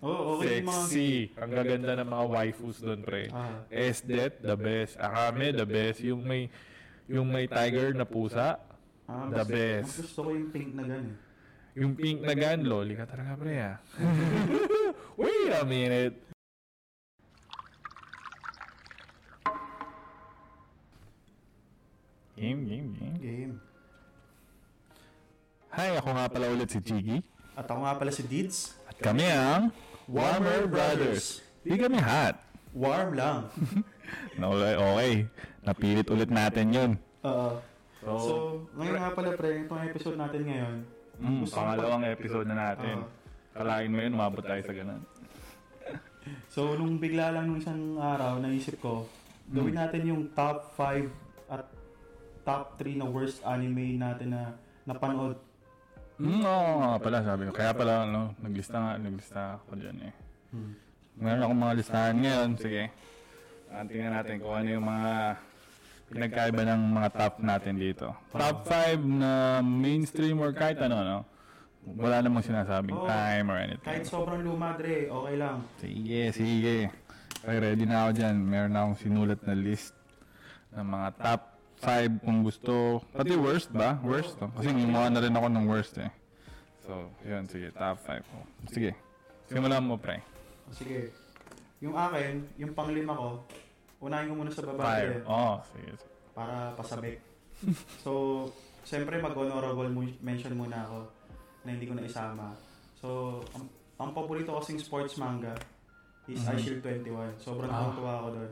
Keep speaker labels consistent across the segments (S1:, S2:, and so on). S1: ko yung mga...
S2: Sexy. Ang gaganda ng mga waifus doon, pre.
S1: Ah.
S2: Esdet, the best. Akame, the best. Yung may yung may tiger na pusa.
S1: Ah,
S2: The
S1: mas-
S2: best.
S1: mas Gusto ko yung pink na ganun.
S2: Yung pink na gun, loli ka talaga, pre, ah. Wait a minute. Game, game, game.
S1: Game.
S2: Hi, ako nga pala ulit si Chiggy.
S1: At ako nga pala si Deeds.
S2: At kami ang Warmer Brothers. Di kami hot.
S1: Warm lang.
S2: No, okay, napilit ulit natin yun.
S1: Oo. so,
S2: So,
S1: ngayon nga pala pre, itong episode natin ngayon. ah,
S2: mm,
S1: gusto ko pa-
S2: pangalawang episode na natin.
S1: Oo.
S2: Kalain mo yun, umabot tayo sa ganun.
S1: so, nung bigla lang nung isang araw, naisip ko, gawin
S2: Hmm.
S1: natin yung top 5 at top 3 na worst anime natin na napanood.
S2: Mm, oo nga pala, sabi ko. Kaya pala, ano, naglista nga, naglista ako dyan eh.
S1: Hmm.
S2: Meron akong mga listahan ngayon, sige. Ah, Tingnan natin kung ano yung mga pinagkaiba ng mga top natin dito. Top 5 na mainstream or kahit ano, no? Wala namang sinasabing
S1: Oo.
S2: time or anything.
S1: Kahit sobrang lumadre, okay lang.
S2: Sige, sige. Okay, ready na ako dyan. Meron akong sinulat na list ng mga top 5 kung gusto. Pati worst ba? Worst? oh. Kasi gumawa na rin ako ng worst eh. So, yun. Sige, top 5 ko. Sige. Simulan mo, pre.
S1: Sige. Yung akin, yung panglima ko, unahin ko muna sa babae.
S2: Fire. Oo, oh, sige. sige.
S1: para pasabik. so, siyempre mag-honorable mu- mention muna ako na hindi ko na isama. So, ang, ang paborito kasing sports manga is
S2: Mhm.
S1: I Shield 21. Sobrang
S2: Ah.
S1: tuwa ako doon.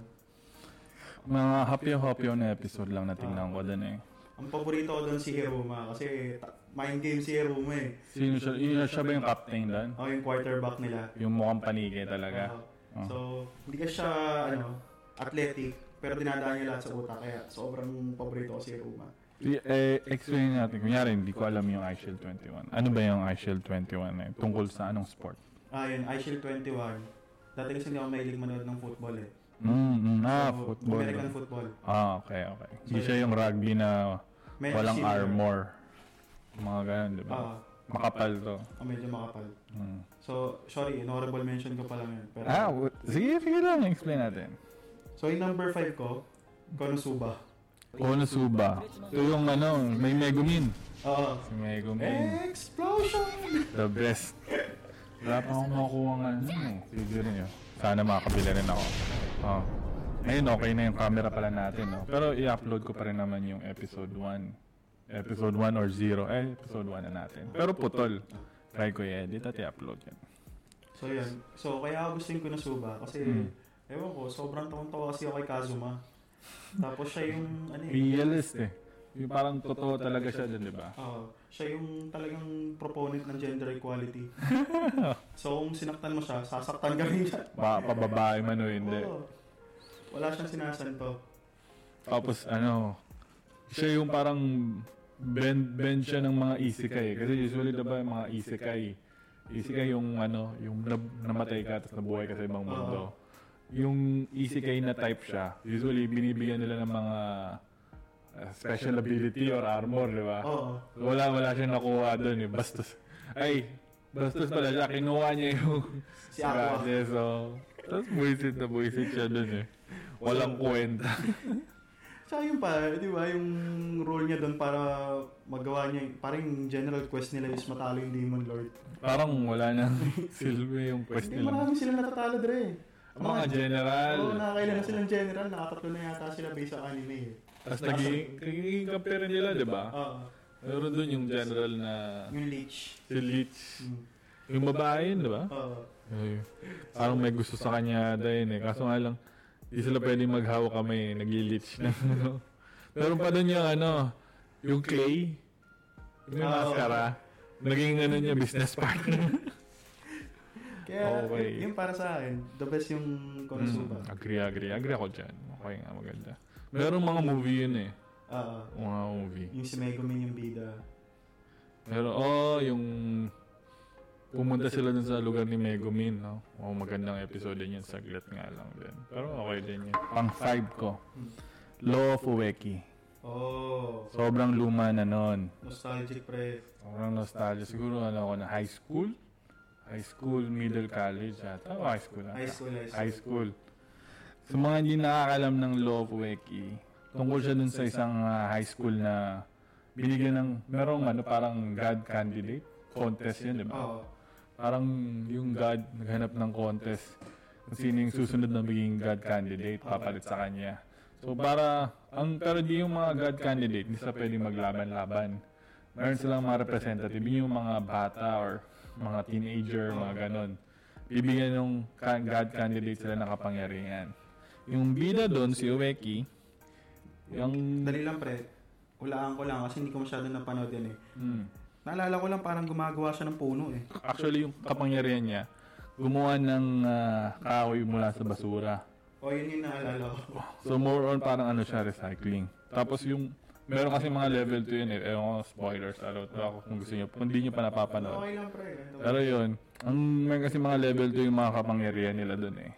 S2: Mga hapyo-hapyo na episode lang na tingnan ko dun eh.
S1: Ang paborito ko doon si Hiruma kasi ta- mind game si Hiruma eh.
S2: Sino siya? Yun siya ba yung captain dun?
S1: O yung quarterback nila.
S2: Yung mukhang panigay talaga.
S1: Oo.
S2: Ah.
S1: so, hindi ka siya ano, athletic pero dinadaan niya lahat sa utak kaya sobrang paborito ko si Hiruma.
S2: I- eh, explain natin. Kunyari, hindi ko alam yung iShield 21. Ano ba yung iShield 21 na yun? eh? Tungkol sa anong sport?
S1: Ah, yun, I Shield 21. Dati kasi hindi ako mahilig manood ng football eh.
S2: Mm, mm, ah,
S1: So,
S2: football.
S1: American football.
S2: Ah, okay, okay. Hindi
S1: So,
S2: siya yung rugby na
S1: Medyo
S2: walang
S1: similar.
S2: armor. Mga ganun, di ba?
S1: Oo,
S2: Makapal to.
S1: ah, medyo makapal.
S2: Mm.
S1: So, sorry, honorable mention ko pa lang yun. Pero,
S2: Ah, w- sige, sige lang. Explain natin.
S1: so, yung number 5 ko, Konosuba.
S2: Konosuba. Ito yung ano, may Megumin.
S1: Oo.
S2: Si
S1: Eh,
S2: Megumin.
S1: Ah, Explosion!
S2: The best. Wala pa akong makuha ng ano. Figure nyo. Sana makakabila rin ako. Oh. Ngayon, okay na yung camera pala natin. No? Pero i-upload ko pa rin naman yung episode 1. Episode 1 or 0. Eh, episode 1 na natin. Pero putol. Try ko i-edit at i-upload yan.
S1: So, yun. So, kaya ako gusto yung Konosuba kasi,
S2: Hmm.
S1: ewan ko, sobrang tawang-tawa kasi ako kay Kazuma. Tapos siya yung, ano eh,
S2: Realist eh. Yung parang totoo talaga siya dun, di ba?
S1: Oo. ah, siya yung talagang proponent ng gender equality. so, kung sinaktan mo siya, sasaktan ka rin siya.
S2: Pa pababae man o hindi.
S1: Oo. Wala siyang sinasanto.
S2: Tapos ano, siya yung parang bend bend siya ng mga isekai eh. kasi usually 'di ba yung mga isekai isekai yung ano, yung na- namatay ka tapos nabuhay ka sa ibang mundo. Yung isekai na type siya, usually binibigyan nila ng mga uh, special ability or armor, 'di ba?
S1: Oo.
S2: Wala wala siyang nakuha doon eh. Bastos. Ay, bastos pala siya kinuha niya yung
S1: Si Aqua.
S2: Grabe, so, tapos buisit na buisit siya doon eh. Walang kwenta.
S1: Tsaka yun pa, di ba, yung role niya doon para magawa niya, parang yung general quest nila is matalo yung Demon Lord.
S2: Parang wala na silbi yung quest
S1: Hindi,
S2: nila.
S1: marami silang natatalo dre.
S2: Ang mga general.
S1: Oo, nakakailan silang general, nakatatlo na yata sila based sa anime. eh.
S2: Tapos naging, naging compare nila, di ba?
S1: Oo,
S2: Meron dun yung general na
S1: yung leech.
S2: si Leech.
S1: Mm.
S2: Yung babae yun, di ba?
S1: Oo.
S2: Ay, Parang may gusto sa kanya dahil eh. Kaso nga lang, di sila pwede maghawak kamay eh. Nag-leech na. ano. Meron pa dun yung ano, yung clay. Yung may
S1: Ah, oo.
S2: maskara. Naging ano niya, business partner.
S1: Kaya,
S2: Okay.
S1: yun, yun para sa akin, the best yung Konosuba.
S2: Mm, agree, agree. Agree ako dyan. Okay nga, maganda. Meron mga movie yun eh.
S1: Oo.
S2: Mga movie.
S1: Yung si Megumin yung bida.
S2: Pero, oh, yung... Pumunta sila dun sa lugar ni Megumin, no? Oh, magandang episode din yun. Saglit nga lang din. Pero okay din yun. Pang 5 ko.
S1: Hmm.
S2: Law of Uweki.
S1: Oh,
S2: Sobrang luma na nun.
S1: nostalgic pre.
S2: Sobrang nostalgia. Siguro ano ako na high school? High school, middle college ata. O high school ata.
S1: High school, high school.
S2: High school. Sa mga hindi nakakalam ng Law of Weki, tungkol siya dun sa isang ah, high school na binigyan ng, merong ano, parang God candidate. Contest yun, di ba?
S1: Oo.
S2: Parang yung God naghanap ng contest kung sino yung susunod na magiging God candidate papalit sa kanya. So para ang pero di yung mga God candidate hindi sila pwedeng maglaban-laban. Meron silang mga representative yun yung mga bata or mga teenager, mga ganon. Bibigyan ng ka- God candidate sila ng kapangyarihan. Yung bida doon, si Uweki, yung...
S1: Dali lang pre. Hulaan ko lang kasi hindi ko masyado napanood yun eh.
S2: Mm.
S1: Naalala ko lang parang gumagawa siya ng puno eh.
S2: actually yung kapangyarihan niya, gumawa ng ah, kahoy mula sa basura.
S1: O Oh, yun yung naalala ko.
S2: So more on parang ano siya, recycling. Tapos yung, meron kasi mga level 2 yun eh. Ewan ko, spoilers, ano, ako kung gusto niyo. Kung hindi niyo pa napapanood.
S1: Okay lang pre. Ano? ganito.
S2: Pero yun, ang meron kasi mga level 2 yung mga kapangyarihan nila dun eh.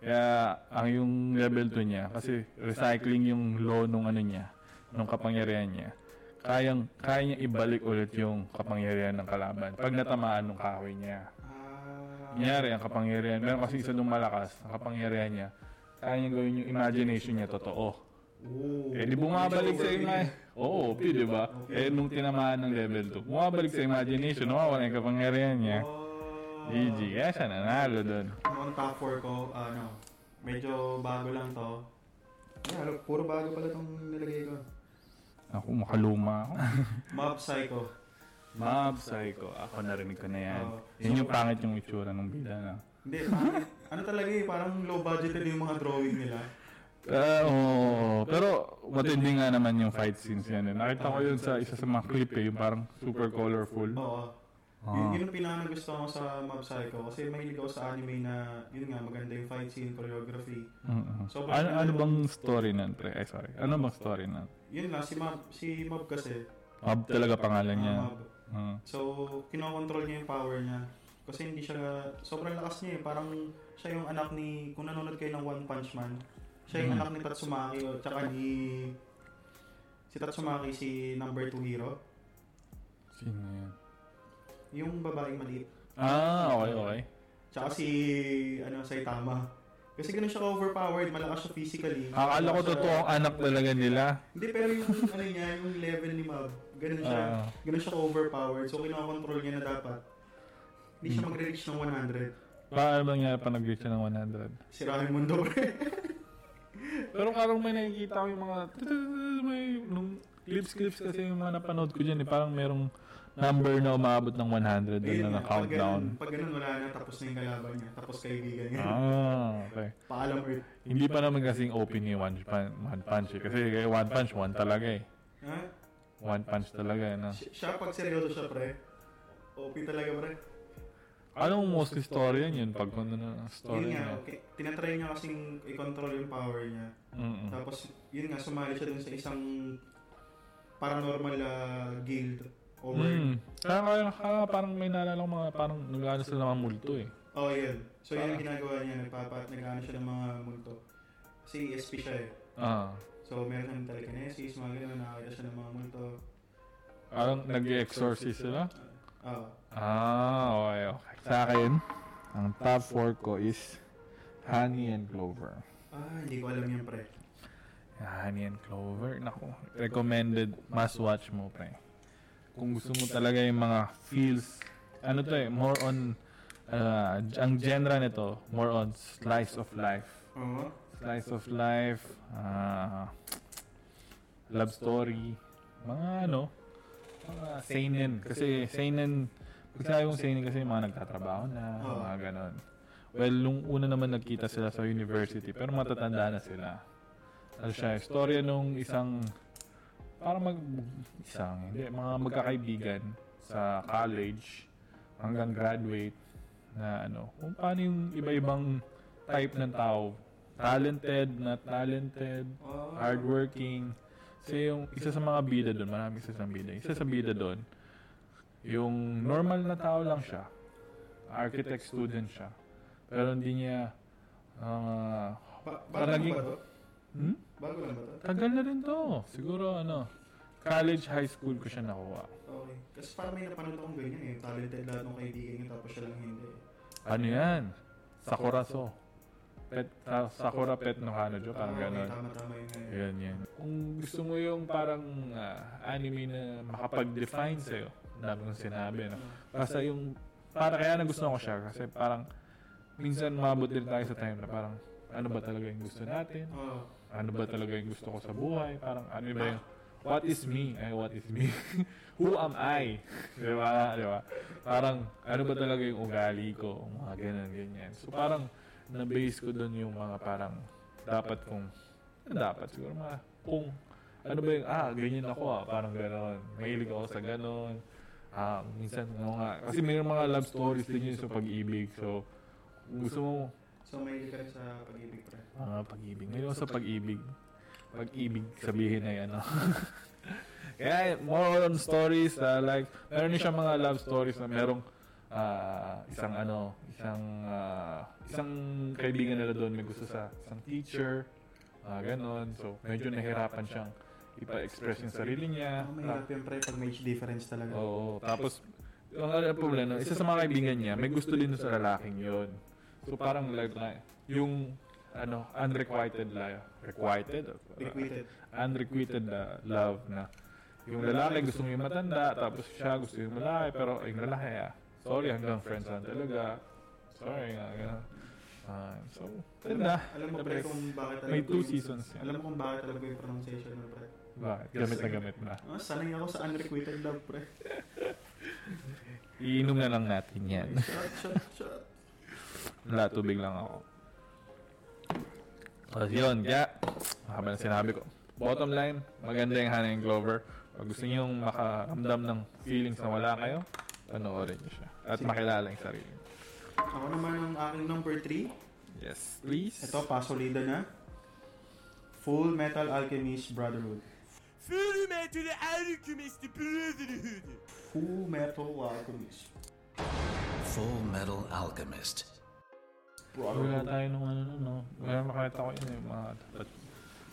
S2: Kaya ang yung level 2 niya, kasi recycling yung law nung ano niya, nung kapangyarihan niya. Kayang, kaya niya ibalik ulit yung kapangyarihan ng kalaban pag natamaan ng kahoy niya.
S1: Ah,
S2: Kunyari, ang kapangyarihan. Meron kasi isa lumalakas, ang kapangyarihan niya. Kaya niya gawin yung imagination niya, totoo.
S1: oo.
S2: Eh, di bumabalik
S1: Medyo
S2: sa
S1: OP
S2: ima...
S1: eh.
S2: Oo, OP, di ba? Eh, nung tinamaan ng level 2, bumabalik sa imagination, nawawala yung kapangyarihan niya.
S1: Oh.
S2: GG, kaya siya nanalo doon.
S1: Noong top 4 ko, ano, medyo bago lang to. Yeah, look, puro bago pala itong nilagay ko.
S2: Ako, makaluma ako.
S1: Mob Psycho.
S2: Mob Psycho, ako narinig ko na yan.
S1: Oo.
S2: Yun yung pangit yung itsura ng bida na.
S1: Hindi, parang, ano talaga eh, parang low budgeted yung mga drawing nila.
S2: Ah, oo. Pero matindi nga naman yung fight scenes yan. eh. Nakita ko yun sa isa sa mga clip eh, yung parang super colorful.
S1: Oo.
S2: Ah.
S1: Yun, yun ang pinakagusto ko sa Mob Psycho kasi mahilig ako sa anime na, yun nga, maganda yung fight scene, choreography.
S2: Mm-mm.
S1: Sobrang
S2: Ano, ano
S1: ganda.
S2: bang story nun, pre? Ay, sorry. Ano bang story nun?
S1: Yun lang, si Mob, si Mob kasi.
S2: Mob talaga pangalan
S1: ah,
S2: niya.
S1: Mob.
S2: Ah.
S1: So, kinokontrol niya yung power niya. Kasi hindi siya, sobrang lakas niya eh. Parang siya yung anak ni, kung nanonood kayo ng One Punch Man, siya yung
S2: Mm.
S1: anak ni Tatsumaki o tsaka ni, si Tatsumaki, si number 2 hero.
S2: Sino yan?
S1: Yung babaeng maliit.
S2: Ah, okay, okay.
S1: Tsaka si, ano, Saitama. Kasi ganun siya overpowered, malakas siya physically.
S2: Akala ko
S1: Malakas siya-
S2: totoo ang anak talaga nila.
S1: Hindi, pero yung, ano niya, yung level ni Mob, ganun siya,
S2: Ah.
S1: ganun siya overpowered. So, kinokontrol niya na dapat. Hindi
S2: Hmm.
S1: siya mag-reach ng 100.
S2: Paano ano bang nangyari pa nag-reach siya ng 100?
S1: Sirahan yung mundo, pre.
S2: Pero karong may nakikita ko yung mga... May, nung clips-clips kasi yung mga napanood ko dyan eh. Parang merong number na umabot ng 100
S1: Ayun
S2: doon
S1: nga,
S2: na
S1: Pag
S2: na-countdown.
S1: ganun, pag ganun, wala na, tapos na yung kalaban niya, tapos kaibigan niya.
S2: Ah, okay.
S1: Paalam Earth.
S2: Hindi pa naman kasing open ni One Punch, one punch eh. Kasi kay One Punch, one talaga eh.
S1: Ha?
S2: One Punch talaga eh. No?
S1: Si- Siya, pag seryoso siya, pre. OP talaga, pre.
S2: Anong most historian yun pag ano na
S1: Yun
S2: story
S1: nga,
S2: niya?
S1: okay. tinatry niya kasing i-control yung power niya.
S2: Mm-mm.
S1: Tapos, yun nga, sumali siya dun sa isang paranormal ah, guild. O
S2: Mm. Kaya, kaya, kaya parang may naalala ko mga parang nagano sila ng mga multo eh.
S1: Oh, yun. So, yun
S2: Ah.
S1: yung ginagawa niya. Nagpapa, nag siya ng mga multo. Kasi ESP siya eh.
S2: Ah.
S1: So, meron ng telekinesis, mga ganun, nakakita siya ng mga multo.
S2: Parang nag-exorcist sila.
S1: Oo.
S2: Ah, okay, okay. Sa akin, ang top 4 ko is Honey and Clover.
S1: ah, hindi ko alam yan, pre.
S2: Honey and Clover, nako. Recommended, must watch mo, pre. Kung gusto mo talaga yung mga feels, ano to eh, more on, ah, ang genre nito, more on slice of life.
S1: Oo.
S2: slice of life, ah, love story, mga ano, mga seinen. Kasi seinen, pag sabi kong seinen kasi yung mga nagtatrabaho na,
S1: Oo.
S2: mga ganon. Well, nung una naman nagkita sila sa university, pero matatanda na sila. Ano siya, istorya nung isang, parang mag, isang, hindi, mga magkakaibigan sa college hanggang graduate na ano, kung paano yung iba-ibang type ng tao talented, not talented,
S1: Oh.
S2: hardworking. Kasi yung isa sa mga bida doon, marami isa sa bida. Isa sa bida doon, yung normal na tao lang siya. Architect student siya. Pero hindi niya, ah,
S1: Ba- bago
S2: Parang
S1: lang
S2: naging-
S1: ba to?
S2: hmm?
S1: Bago lang ba to?
S2: tagal na rin to. Siguro ano, College, high school ko siya nakuha.
S1: Okay. Kasi parang may napanood akong ganyan eh. Talented lahat ng kaibigan niya tapos siya lang hindi.
S2: Ano yan? Sakura so. Pet, sa, Sakura Pet no Hanajo, parang
S1: Ah, okay,
S2: gano'n.
S1: tama-tama yun ngayon.
S2: Yan, yan. Kung gusto mo yung parang ah, anime na makapag-define sa'yo, ang dami kong sinabi,
S1: Ah.
S2: no? Basta yung, para kaya na gusto ko siya, kasi parang, minsan maabot din tayo sa time na parang, ano ba talaga yung gusto natin?
S1: Oo.
S2: Ano ba talaga yung gusto ko sa buhay? Parang, ano ba yung, what is me? Ay, what is me? Who am I? Di ba? Di ba? Parang, ano ba talaga yung ugali ko? Mga ganun, ganyan. So, parang, na-base ko doon yung mga parang, dapat kong, ano dapat siguro mga, kung, ano ba yung, ah, ganyan ako ah, parang gano'n. Mahilig ako sa gano'n. Ah, minsan, ano nga, kasi may mga love stories din yun sa pag-ibig. So, kung gusto mo,
S1: So may ka rin sa pag-ibig pre.
S2: mga Ah, pag-ibig. Ngayon sa pag-ibig. Pag-ibig sabihin ay ano. Kaya more on stories uh, like meron din siya mga love stories na merong ah, isang ano, isang ah, isang kaibigan nila doon may gusto sa isang teacher, ah, ganon. So medyo nahirapan siyang ipa-express yung sarili niya.
S1: Oh, mahirap yun pre pag may age difference talaga.
S2: Oo. Tapos, ang ano problema, isa sa mga kaibigan niya, may gusto din sa lalaking yon. So, parang like, na- yung, ano, unrequited love. Requited?
S1: Requited.
S2: Unrequited na love na yung lalaki gusto mo yung matanda, tapos siya gusto yung lalaki, pero yung lalaki, ah, sorry, hanggang friends lang talaga. Sorry nga, gano'n. Ah, so, ganda.
S1: Alam mo pre kung bakit alam
S2: May
S1: ko
S2: two
S1: yung-
S2: seasons yan.
S1: Alam mo kung bakit alam ko yung pronunciation mo pre.
S2: Bakit? Gamit na gamit na.
S1: Oh, sanay ako sa unrequited love pre.
S2: Iinom na lang natin yan.
S1: Shot, shot, shot.
S2: Wala, tubig lang Oh, ako. Tapos yun, kaya, habang sinabi ko, bottom line, maganda yung Hannah and Glover. Pag gusto niyo makaramdam ng feelings na wala kayo, panoorin niyo siya. At makilala yung sarili niyo.
S1: Ako naman ang aking number 3.
S2: Yes, please.
S1: Ito, pasolida na. Full Metal Alchemist Brotherhood.
S3: Full metal alchemist brotherhood.
S1: Full Metal Alchemist
S4: Full Metal Alchemist.
S2: Wala
S1: Brotherhood.
S2: tayo nung ano, no, no. Wala makita ko yun eh, mga but-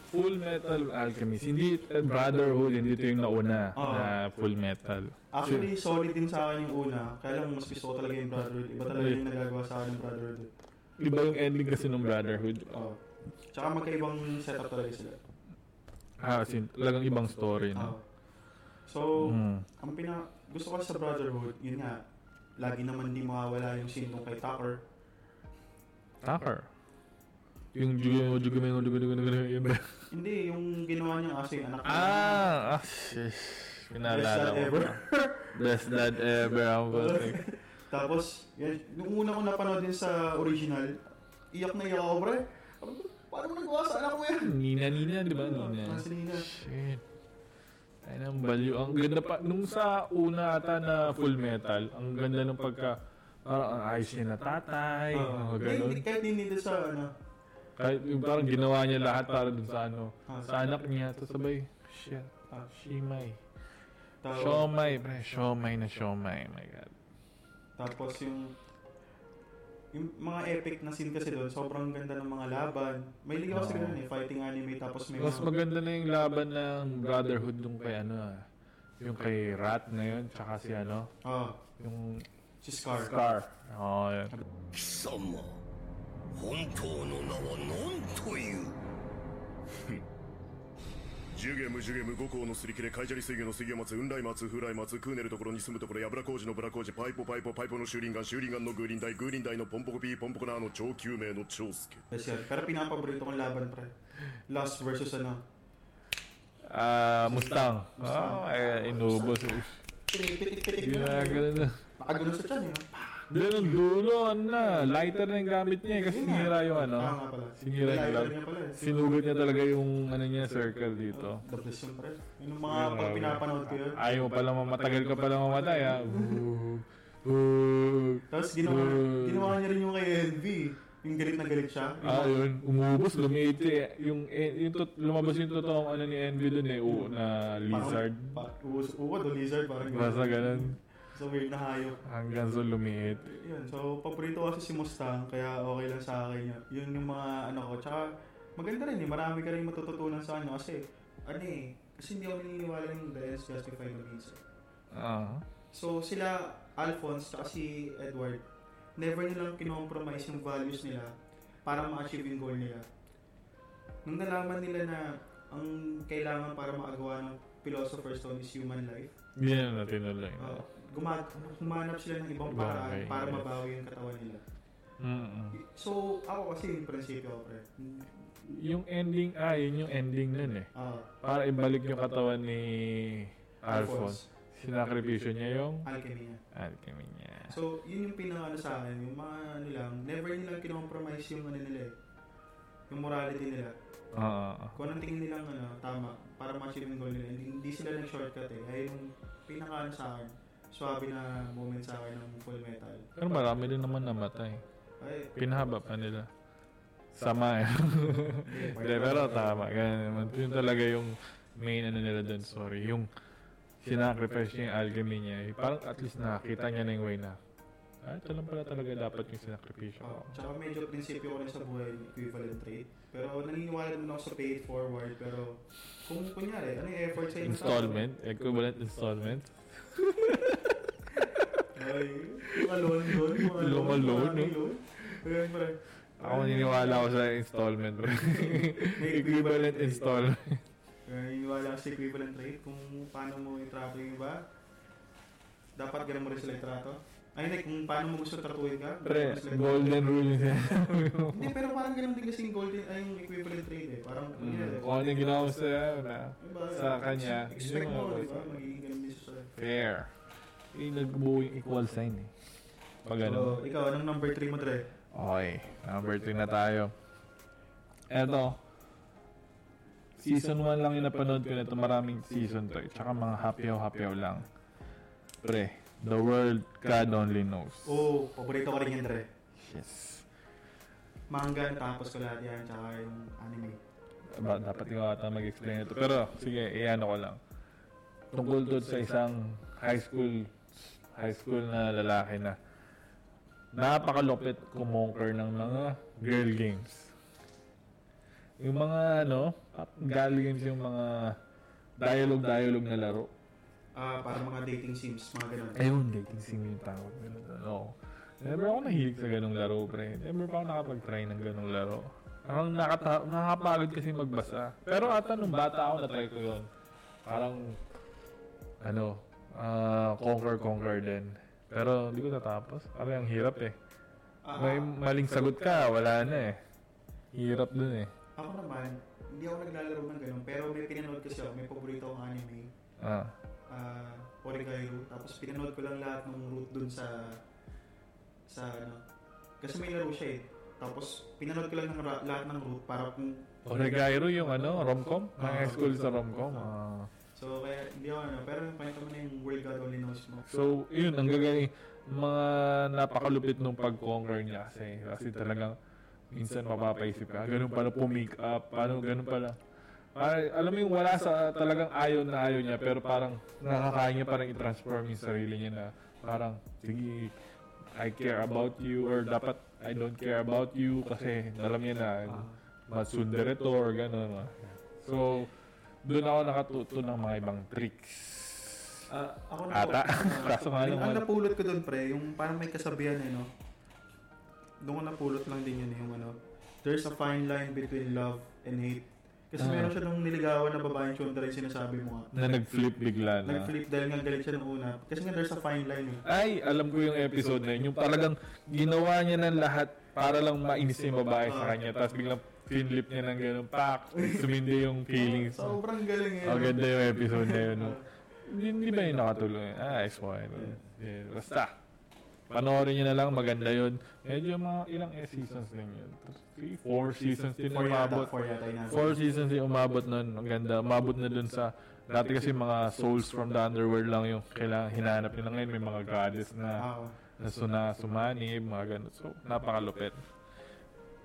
S2: Full Metal Alchemist. Hindi eh, Brotherhood, hindi ito yung nauna
S1: Oo.
S2: na Full Metal.
S1: Actually, solid din sa akin yung una. Kaya lang mas gusto ko talaga yung Brotherhood. Iba talaga yung nagagawa sa akin ng Brotherhood.
S2: Iba yung ending kasi ng Brotherhood.
S1: Oo. Tsaka magkaibang setup talaga sila.
S2: Ah, as in, talagang ibang
S1: Oo.
S2: story, no?
S1: So,
S2: Mm.
S1: ang pina gusto ko sa Brotherhood, yun nga, lagi naman di mawawala yung scene nung kay Tucker.
S2: Tucker. Yung jugo, jugo, jugo, jugo, jugo, jugo, jugo,
S1: Hindi, yung ginawa niyang aso yung anak niya.
S2: Ah, ah, shish.
S1: Best
S2: Pinalala
S1: dad
S2: ko.
S1: ever.
S2: Best dad ever. Ang putik.
S1: Tapos, yun, nung una ko napanood din sa original, iyak na iyak ako, pre. Paano mo nagawa sa anak mo yan?
S2: Nina, Nina, di ba? Nina.
S1: Ah, si Nina.
S2: Shit. Ay, ang value. Ang ganda pa. Nung sa una ata na full metal, ang ganda ng pagka, parang ang ayos niya na tatay.
S1: Ah,
S2: mga
S1: kahit,
S2: ganun.
S1: kahit hindi nito sa ano.
S2: Kahit yung parang ginawa niya lahat para dun sa ano,
S1: Ah,
S2: sa anak niya. Tapos sabay, shit. Ah, shimay.
S1: Tapos,
S2: Shomai, pre. Shomai na shomai. My God.
S1: tapos yung yung mga epic na scene kasi doon, sobrang ganda ng mga laban. May ligaw kasi
S2: Oo.
S1: ganun eh, fighting anime tapos may
S2: Ah. Mas
S1: mga...
S2: maganda na yung laban ng Brotherhood nung kay ano ah. Yung kay Rat na yun, tsaka si ano,
S1: Oh,
S2: yung
S1: si Scar.
S2: Scar. Oo, yun.
S4: 貴様本当の名は何という
S5: ジュゲムジュゲム五行のすり切れカイジャリ水魚の水魚松雲来松風来松クーネルところに住むところやぶら工事のブラ工事パイポパイポパイポの修輪岩修輪岩のグーリン大グーリン大のポンポコピーポンポコナーの超救命の長介
S1: Yes, yun. Pero pinapaborito kong laban, pre. Last versus ano.
S2: Ah, Mustang. Oo, eh, inubos.
S1: Pitik-pitik-pitik na.
S2: Ginagano na.
S1: Nakagulo sa tiyan, eh.
S2: Doon ang dulo, ano na. Lighter na yung gamit niya eh, kasi sinira yung ano.
S1: Ah, nga pala.
S2: Sinira yung
S1: Lighter
S2: glove.
S1: niya pala, eh.
S2: Sinugot niya talaga yung ano niya, circle dito.
S1: The Bless yun, pre. Yun Yung mga pag pinapanood ko yun.
S2: Ayaw pala mamatagal ka pala mamatay ah. Ooh.
S1: Tapos ginawa,
S2: Uh.
S1: ginawa niya rin yung kay LV. Yung galit na galit siya. Yung
S2: Ah, yun. Umubos, lumiiti. eh. Yung, eh, yung tot, lumabas yung totoong ano ni Envy dun eh, oo, na
S1: parang-
S2: lizard.
S1: Pa, uwas, uwas o lizard, parang
S2: Basta ganun.
S1: So weird na hayop.
S2: Hanggang sa lumiit.
S1: Yun, so paborito kasi si Mustang, kaya okay lang sa akin yun. Yun yung mga ano ko. Tsaka maganda rin eh, marami ka rin matututunan sa ano kasi ano eh, Kasi hindi ako naniniwala yung the ends justify the means. eh.
S2: Ah.
S1: So sila, Alphonse, tsaka si Edward, never nilang kinompromise yung values nila para ma-achieve yung goal nila. Nung nalaman nila na ang kailangan para maagawa ng Philosopher's Stone is human life,
S2: Yan natin na lang.
S1: uh, gumag- humanap sila ng ibang
S2: Ibang
S1: paraan
S2: way,
S1: para
S2: yes.
S1: mabawi yung katawan nila.
S2: Mm-mm.
S1: So, ako kasi yung prinsipyo ko, pre.
S2: Yung ending, ah, yun yung ending nun eh.
S1: Ah,
S2: Para ibalik yung katawan ni Alphonse.
S1: Alphonse,
S2: Sinakripisyo niya yung
S1: alchemy niya.
S2: alchemy niya.
S1: So, yun yung pinakaano sa akin, yung mga ano lang, never nilang kinompromise yung ano nila eh, yung morality nila.
S2: Ah.
S1: Kung anong tingin nilang ano, tama, para ma-achieve yung goal nila, hindi, hindi sila nag-shortcut eh. Ay yung pinakaano sa akin, swabe na moment sa akin ng full metal.
S2: Pero marami din naman namatay.
S1: Ay,
S2: Pinahaba pa nila. Sama eh.
S1: hindi,
S2: Hindi, pero tama. Ganun naman. Yun talaga yung main ano nila dun. Sorry. Yung sinacrifice niya yung alchemy niya. eh, Parang at least nakakita niya na yung way na. Ah, ito lang pala talaga dapat yung sinakripisyo ko.
S1: Oh, tsaka medyo prinsipyo ko rin sa buhay yung equivalent rate. Pero naniniwala naman ako sa pay it forward. Pero kung kunyari, ano yung effort sa
S2: Installment. Equivalent installment.
S1: Ay, mga loan doon. Mga
S2: Lumang loan,
S1: marami
S2: no?
S1: yun. Ayun, pre.
S2: eh. Ako naniniwala ako sa installment. bro. equivalent
S1: oh.
S2: installment.
S1: Ayun, Naniniwala ako sa equivalent rate. Kung paano mo itrato yung iba, dapat ganun mo rin sila itrato. Ay, like, kung paano mo gusto tratuhin ka.
S2: Pre,
S1: ganun mo sila itrato.
S2: golden rule yun.
S1: Hindi, pero parang ganun din kasi yung golden, ay, yung equivalent rate eh. Parang, kunyari,
S2: Mm, Kung ano yung ginawa mo sa'yo na
S1: diba,
S2: sa kanya,
S1: Expect
S2: yun
S1: mo,
S2: yung mga
S1: di ba?
S2: gusto.
S1: Magiging ganun din siya sa'yo.
S2: fair. Eh, nagbuo yung equal sign eh. Pag ano.
S1: So, ikaw, anong number 3 mo, Dre?
S2: Okay, number 3 na tayo. Eto, season 1 lang yung napanood ko nito. Maraming season to. eh. Tsaka mga hapyaw-hapyaw lang. Pre, the world God only knows.
S1: Oh, paborito ko rin yan, Dre.
S2: Yes.
S1: Manga, natapos ko lahat yan, tsaka yung anime.
S2: Ba, dapat ikaw ata mag-explain ito. Pero, sige, iano ko lang. Tungkol to sa isang high school high school na lalaki na napakalupit kumonker ng mga girl games. Yung mga ano, girl games yung mga dialogue-dialogue na laro.
S1: Ah, para mga dating sims, mga ganun.
S2: Ayun, dating sim yung tawag nila. doon. Oo. Never ako nahilig sa ganong laro, pre. Never pa ako nakapag-try ng ganong laro. Parang nakata- nakakapagod kasi magbasa. Pero ata nung bata ako, na-try ko yun. Parang, ano, ah, conquer-conquer din. Pero hindi ko natapos. Pare, ang hirap eh.
S1: Ah,
S2: May maling sagot ka, wala na eh. Hirap dun eh.
S1: ako naman, hindi ako naglalaro ng ganun, pero may pinanood kasi ako, may paborito akong anime,
S2: Ah,
S1: ah, Origairo, tapos pinanood ko lang lahat ng route dun sa, sa ano, kasi may laro siya eh. Tapos, pinanood ko lang ng ra- lahat ng route para kung,
S2: Origairo yung ano, romcom? Mga
S1: Ah,
S2: school sa romcom. Ah.
S1: so kaya, hindi ako ano, pero kwento mo na yung World God Only Knows mo.
S2: So, yun, ang gagaling. Mga napakalupit nung pag-conquer niya kasi, kasi talagang minsan mapapaisip ka, "Ah, ganun pala pumake up, paano ganun pala. Para, alam mo yung wala sa talagang ayaw na ayaw niya pero parang nakakaya niya parang i-transform yung sarili niya na parang sige I care about you or dapat I don't care about you kasi alam niya na masundere to or gano'n. ah. So, doon ako nakatuto ng mga ibang tricks.
S1: Ah, ako na ah,
S2: Ata. Kaso nga lang
S1: Yung ang
S2: wala.
S1: napulot ko doon pre, yung parang may kasabihan eh, no? Doon ko napulot lang din yun, yung ano, there's a fine line between love and hate. Kasi
S2: Ah.
S1: meron siya nung niligawan na babaeng chunda rin sinasabi mo nga.
S2: na nag-flip bigla na.
S1: Nag-flip dahil nga galit siya nung una. Kasi nga there's a fine line eh.
S2: Ay, alam ko yung episode na yun. Yung talagang ginawa niya ng lahat para lang mainis yung babae sa kanya. Tapos biglang finlip niya ng ganun. Pak! Sumindi yung feelings.
S1: Oh, sobrang galing eh.
S2: Ang ganda yung episode na yun.
S1: Ah.
S2: Hindi, hindi ba yun nakatuloy? Ah, it's fine. Yeah, basta. Panoorin niyo na lang, maganda yun. Medyo mga ilang eh, seasons din yun. Three, four seasons din
S1: Four yata,
S2: umabot.
S1: Ah, four yata yun.
S2: Four seasons yung umabot nun. Ang ganda. Umabot na dun sa... Dati kasi mga souls from the underworld lang yung kailangan hinahanap nila ngayon. May mga goddess na,
S1: Ah,
S2: na, suna, sumanib, mga ganun. So, napakalupit.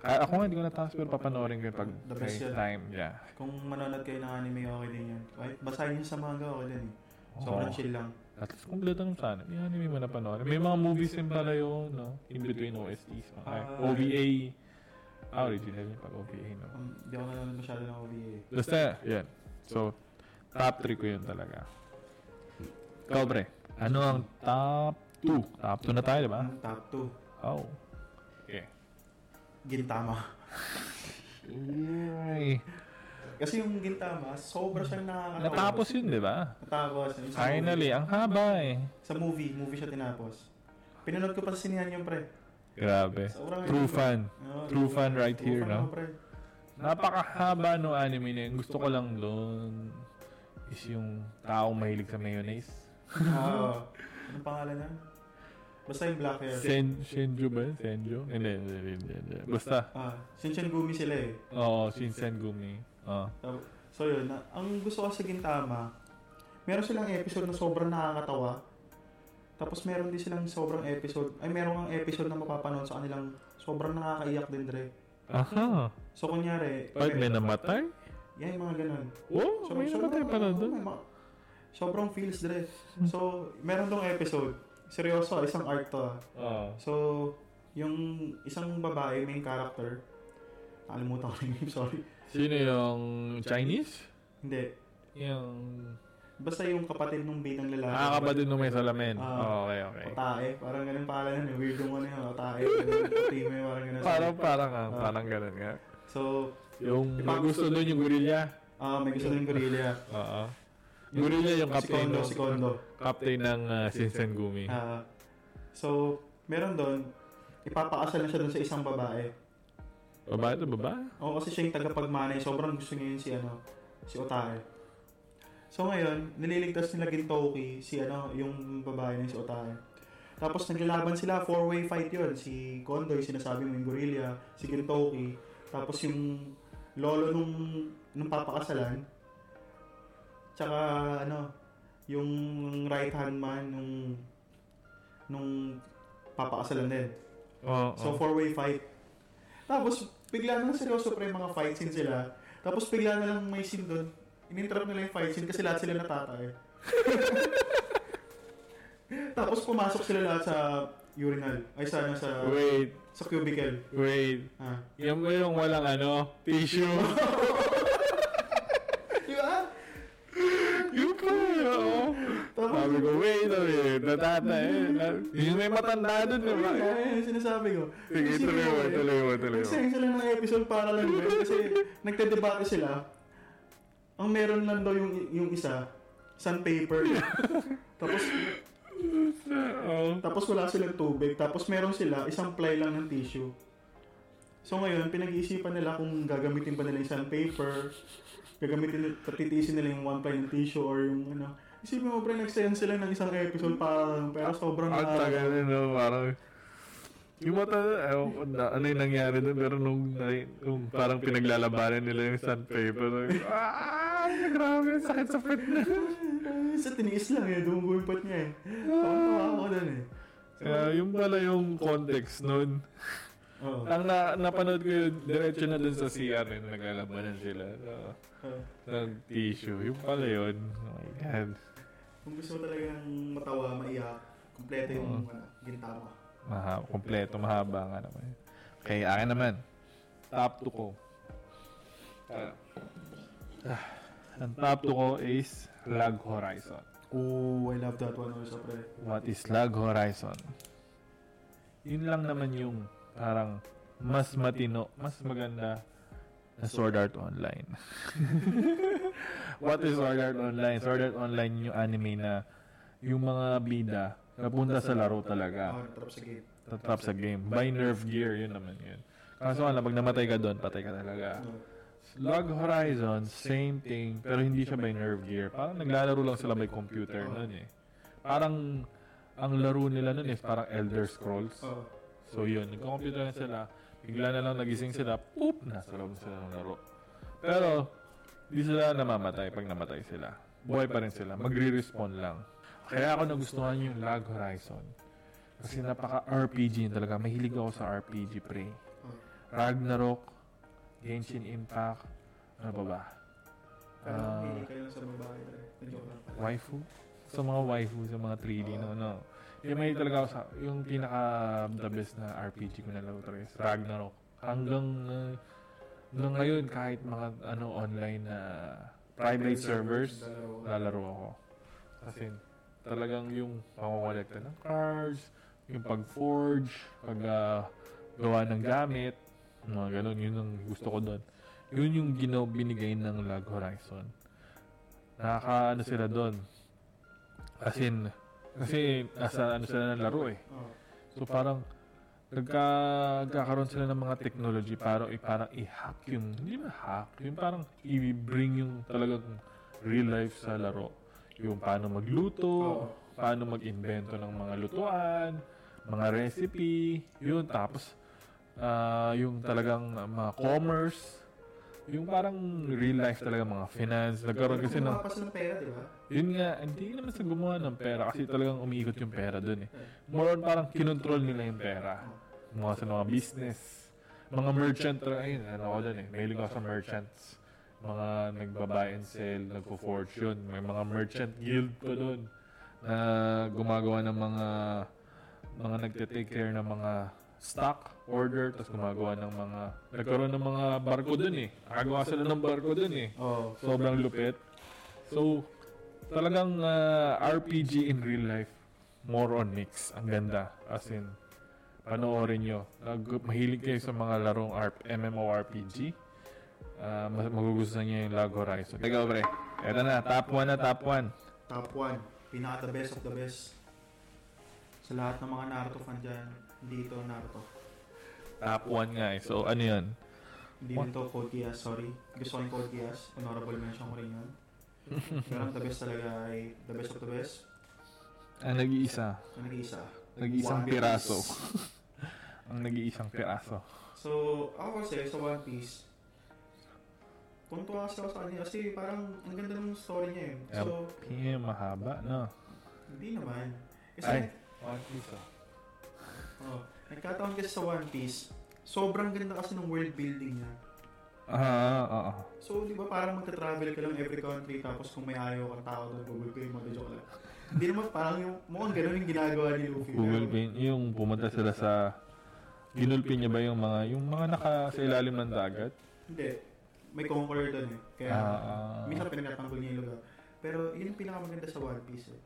S2: Ah, ako nga hindi ko natapos pero papanoorin ko yung pag
S1: The best
S2: may
S1: yun.
S2: time. Yeah.
S1: kung manonood kayo ng anime, okay din yun. Kahit basahin yun sa manga, okay din eh. Sobrang
S2: Oo.
S1: chill lang.
S2: At least kumpleto ng sana. Yung anime mo napanoorin. May mga movies din pala yun, no? In between OSTs. Mga
S1: Ah.
S2: OVA. Ah, original yun pag OVA, no?
S1: Um, Hindi ako nanonood masyado ng OVA eh.
S2: Basta, yan. So, Top 3 ko yun talaga. Ikaw, pre. Ano ang top 2? Top 2 na tayo, di ba?
S1: Ang top
S2: Oh. Okay.
S1: 2, Gintama.
S2: Ay.
S1: Kasi yung Gintama, sobra siyang nakakatawa.
S2: Natapos yun, di ba?
S1: Natapos. Yung sa
S2: Finally, ang haba eh.
S1: Movie, sa movie, movie siya tinapos. Pinanood ko pa sa sinihan yung pre.
S2: Grabe.
S1: Sobrang
S2: True
S1: ganda.
S2: fan.
S1: Oo,
S2: True fan right
S1: True
S2: here,
S1: fan ako,
S2: no?
S1: pre.
S2: Napakahaba no anime na yun. Gusto ko lang doon is yung taong mahilig sa mayonnaise.
S1: Oo. Anong pangalan na? Basta yung black hair.
S2: Sen Senju ba yun? Senju? Hindi, hindi, hindi, hindi. Basta.
S1: Ah, Shinchan Gumi sila eh.
S2: Oo, Shinsen Gumi. Oh. Oo.
S1: Tab- So yun, na- ang gusto ko sa Gintama, meron silang episode na sobrang nakakatawa. Tapos meron din silang sobrang episode, ay meron ang episode na mapapanood sa kanilang sobrang nakakaiyak din dre.
S2: Aha.
S1: So kunyari,
S2: Pag may
S1: okay,
S2: namatay?
S1: yan yung mga ganun.
S2: Oo,
S1: So,
S2: may
S1: sobrang-
S2: namatay pala
S1: oo, may
S2: doon.
S1: mga- Sobrang feels dre. So, meron tong episode. Seryoso, ah, isang arc to ah.
S2: Oo.
S1: So, yung isang babae, main character, nakalimutan ko yung name, sorry.
S2: Sino yung Chinese?
S1: Hindi.
S2: Yung...
S1: Basta yung kapatid nung binang lalaki.
S2: Ah, kapatid eh. nung may salamin.
S1: Ah.
S2: Oo, okay, okay.
S1: Otae. Parang ganun pangalan yun. eh. Weirdo mo na yun. Otae. ganun, Otime. Parang ganun.
S2: Parang, parang, ah,
S1: Ah.
S2: parang ganun nga.
S1: So,
S2: Yung may gusto doon yung gorilla.
S1: ah may gusto ng gorilla.
S2: Oo. Gorilla yung
S1: Si
S2: captain
S1: Kondo.
S2: ng
S1: Si Kondo.
S2: captain ng uh, Shinsen Gumi.
S1: Ah, so, meron doon. Ipapakasal na siya doon sa isang babae.
S2: Babae to babae?
S1: Oo, kasi siya yung tagapagmanay. Sobrang gusto niya yun si, ano, si Otae. So ngayon, nililigtas nila Gintoki, si ano, yung babae na yun, si Otae. Tapos naglalaban sila, four-way fight yun. Si Kondo, yung sinasabi mo, yung gorilla, si Gintoki. Tapos yung lolo nung, nung papakasalan. Tsaka ano, yung right hand man nung, nung papakasalan din.
S2: Oo.
S1: So, four-way fight. Tapos, bigla na lang seryoso pa yung mga fight scene sila. Tapos, bigla na lang may scene doon. Ininterrupt nila yung fight scene kasi lahat sila natatay. Tapos, pumasok sila lahat sa urinal. Ay, sa, ano, sa,
S2: Wait,
S1: sa cubicle.
S2: wait.
S1: Ah.
S2: Yan ba yung walang ano? Tissue?
S1: Di ba?
S2: yung pa, oo. Sabi ko, wait a minute, natata eh. Na- Yung may matanda doon, di ba?
S1: Ayun, ayun, yung sinasabi ko.
S2: Sige,
S1: Isipin
S2: tuloy
S1: mo,
S2: mo,
S1: eh.
S2: tuloy mo, tuloy mo.
S1: Nagsayang sila ng episode para lang yun. eh, Kasi nagtedebate sila. Ang meron lang daw yung, yung isa, sandpaper. Tapos,
S2: Oo.
S1: Tapos wala silang tubig. Tapos meron sila isang ply lang ng tissue. So ngayon, pinag-iisipan nila kung gagamitin ba nila yung sandpaper, gagamitin, patitiisin nila yung one ply ng tissue or yung ano. Isipin mo, pre, nagsayan sila ng isang episode para lang, pero sobrang
S2: Ang
S1: nakakatawa.
S2: tagal na, no? Parang... Yung mata, ewan ko na, ano yung nangyari doon, pero nung, nai- nung parang pinaglalabanan nila yung sandpaper, like, ah, grabe, sakit sa pet na.
S1: Sa tiniis lang eh, dumugo yung pat niya eh. Tawa ako doon eh.
S2: Kaya yung pala yung context nun.
S1: Oo.
S2: Ang na, napanood ko yun, diretso na dun sa CR eh, naglalabanan sila. Uh,
S1: oo.
S2: ng tissue. Yung pala yun. Oh my God.
S1: Kung gusto mo talagang matawa, maiyak, kumpleto yung ano, gintama.
S2: Maha, kompleto, mahaba nga naman. yun. Okay, akin naman. Top 2 ko. Ah, ah, ang top 2 ko is Lag Horizon.
S1: Oh, eh. I love that one also, pre.
S2: What is Lag Horizon? Yun lang naman yung parang mas matino, mas maganda na Sword Art Online. What is Sword Art Online? Sword Art Online yung anime na yung mga bida napunta sa laro talaga.
S1: Ah, natrap sa game.
S2: Tatrap sa game. By Nerve Gear, yun naman yun. Kaso nga lang, pag namatay ka doon, patay ka talaga.
S1: Oo.
S2: Log Horizon, same thing, pero hindi siya by Nerve Gear. Parang naglalaro lang sila by computer nun eh. Parang, ang laro nila nun is parang Elder Scrolls.
S1: Oo.
S2: So yun, nagko-computer na sila, bigla na lang nagising sila, poop, nasa loob na sila ng laro. Pero, di sila namamatay pag namatay sila. Buhay pa rin sila, magre-respawn lang. Kaya ako nagustuhan yung Lag Horizon. Kasi napaka-RPG yun talaga. Mahilig ako sa RPG, pre. Ragnarok, Genshin Impact, ano pa ba?
S1: Pero
S2: Ah.
S1: hindi kayo sa babae. eh. Joke lang pala.
S2: waifu sa mga waifu sa mga 3D no no yung may talaga ako sa yung pinaka the best na RPG ko na laro talaga is Ragnarok hanggang uh, hanggang ngayon kahit mga ano online na private servers, Ah.
S1: Dalawa.
S2: lalaro ako. Kasi talagang yung pangokolekta ng cards, yung pag-forge, pag ah, gawa ng gamit, mga ganun, yun ang gusto ko doon. Yun yung ginaw binigay ng Lag Horizon. Nakaka ano sila doon. As in, kasi nasa ano sila ng laro eh.
S1: Oo.
S2: So parang nagka, nagkakaroon sila ng mga technology para i- parang i-hack yung hindi ba hack, yung parang i-bring yung talagang real life sa laro. Yung paano magluto,
S1: Oo.
S2: paano mag-invento ng mga lutuan, mga recipe, yun tapos ah, yung talagang mga commerce, yung parang real life talaga mga finance, nagkaroon kasi ng
S1: Kumapas ng pera, di ba?
S2: yun nga, hindi naman sa gumawa ng pera kasi talagang umiikot yung pera dun eh. More on parang kinontrol nila yung pera. Mga sa mga business, mga merchant, tra- ayun, ano ako dun eh, mahilig ako sa merchants. Mga nagbabuy and sell, nagpo-fortune, may mga merchant guild pa dun na gumagawa ng mga mga nagte-take care ng mga stock order tapos gumagawa ng mga nagkaroon ng mga barko dun eh. Nakagawa sila ng barko dun eh.
S1: Oo.
S2: Sobrang lupit. So, talagang ah, RPG in real life. More on mix. Ang ganda. As in, panoorin nyo. Nag mahilig kayo sa mga larong R- MMORPG. Ah, mas magugustuhan nyo yung Lag Horizon. Teka, pre. Eto na. Top 1 na top 1.
S1: Top 1. Pinaka the best of the best. Sa lahat ng mga Naruto fan dyan, hindi ito Naruto.
S2: Top 1 nga eh. So, ano yun?
S1: Hindi rin
S2: What?
S1: ito Code Geass, sorry. Gusto ko yung Code Geass. Honorable mention ko rin yun. Pero ang the best talaga ay the best of the best.
S2: Ang nag-iisa.
S1: Ang nag-iisa.
S2: Nag-iisang
S1: One
S2: piraso.
S1: Piece.
S2: Ang nag-iisang piraso.
S1: So, ako kasi sa One Piece, puntuwa kasi ako sa kanya kasi parang ang ganda ng story niya eh.
S2: Yep.
S1: So,
S2: Hindi mahaba, no?
S1: hindi naman. Kasi
S2: Ay. One Piece ah.
S1: Oh, nagkataon kasi sa One Piece, sobrang ganda kasi ng world building niya.
S2: Ah, oo.
S1: So, di ba parang magta-travel ka lang every country tapos kung may ayaw kang tao doon, Google Pay mo, di joke lang. Hindi naman parang yung, mukhang ganun yung ginagawa ni Luffy.
S2: Google
S1: Pero-
S2: Pin, yung pumunta sila sa Ginulpin niya ba yung mga yung mga naka sa ilalim ng dagat?
S1: Hindi. May conqueror doon eh. Kaya,
S2: Ah, ah.
S1: minsan pinagtatanggol niya yung lugar. Pero, yun yung pinakamaganda sa One Piece eh.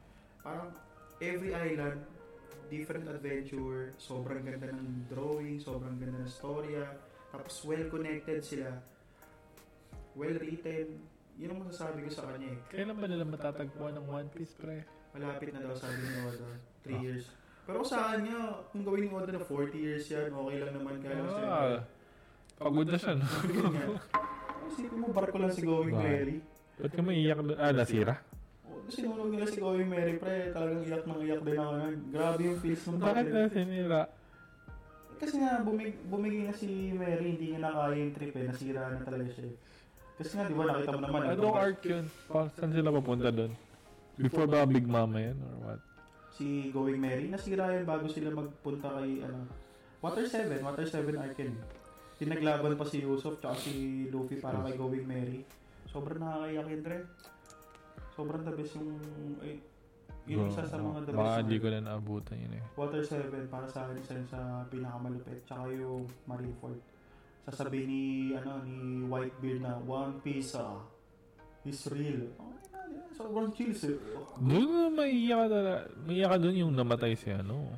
S1: Parang, every island, different adventure, sobrang ganda ng drawing, sobrang ganda ng storya, tapos well connected sila, well written, yun ang masasabi ko sa kanya eh.
S2: Kailan ba nila matatagpuan ng One Piece, pre?
S1: Malapit na daw Ah. sabi ni Oda. 3 years. Pero kung saan niya, kung gawin ni Oda na 40 years yan, okay lang naman kaya lang siya.
S2: Ah, pagod na siya, no?
S1: Yun nga. Ang Isipin mo, barko lang si Going
S2: Bakit?
S1: Merry.
S2: Ba't ka maiyak doon? Ah, nasira?
S1: Oh, Sinunog nila si Going Merry, pre. Talagang iyak ng iyak din ako nun. Grabe yung feels ng
S2: Bakit eh?
S1: pare.
S2: nasinira?
S1: Kasi nga, bumig, bumigay na si Merry, hindi niya na kaya yung trip eh. Nasira na talaga siya. eh. Kasi nga, di ba, nakita mo naman.
S2: Ano arc yun? Pa, saan sila papunta doon? Before ba Big Mama yan or what?
S1: Si Going Merry, nasira yun bago sila magpunta kay, ano, Water 7, Water 7 Arcane. Pinaglaban pa si Yusuf tsaka si Luffy para kay Going Merry. Sobrang nakakaiyak yun, pre. Sobrang the best yung, eh, yun yung isa sa mga the best.
S2: Baka
S1: na-
S2: di ko na naabutan yun eh.
S1: Water 7 para sa akin isa yun sa pinakamalupit. Tsaka yung Marineford. Sasabi ni, ano, ni Whitebeard na One Piece ah, is real. Oh, my God, yeah, sobrang chills eh.
S2: Doon na maiyak ka talaga. Maiyak ka doon yung namatay si ano.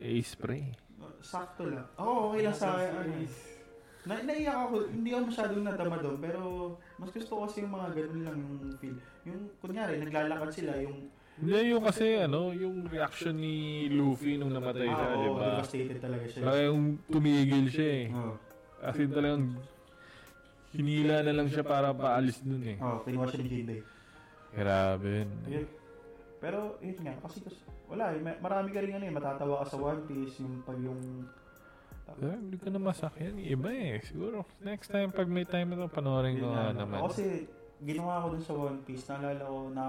S2: Ace Pre.
S1: Uh, Sakto lang. Oo, oh, okay lang sa akin. ano. Na, naiyak ako, hindi ako masyadong nadama doon, pero mas gusto ko kasi yung mga ganun lang yung feel. Yung, kunyari, naglalakad sila, yung
S2: Hindi, yung kasi ano, yung reaction ni Luffy nung namatay siya,
S1: ah,
S2: di
S1: oo,
S2: ba?
S1: devastated talaga siya.
S2: Talaga yung tumigil siya eh.
S1: Oo,
S2: As in talagang hinila na lang siya para paalis dun eh.
S1: oh, kinuha siya ni Jinday.
S2: Grabe yun.
S1: Yun. Pero, yun nga, kasi kas- wala eh, may- marami ka rin ano eh, matatawa ka sa One Piece, yung pag yung,
S2: Grabe, hindi ko na masakyan. Iba eh. Siguro, next time, pag may time na to, panoorin
S1: yun
S2: ko nga
S1: ano.
S2: naman.
S1: Ako Kasi, ginawa ko dun sa One Piece, naalala ko na,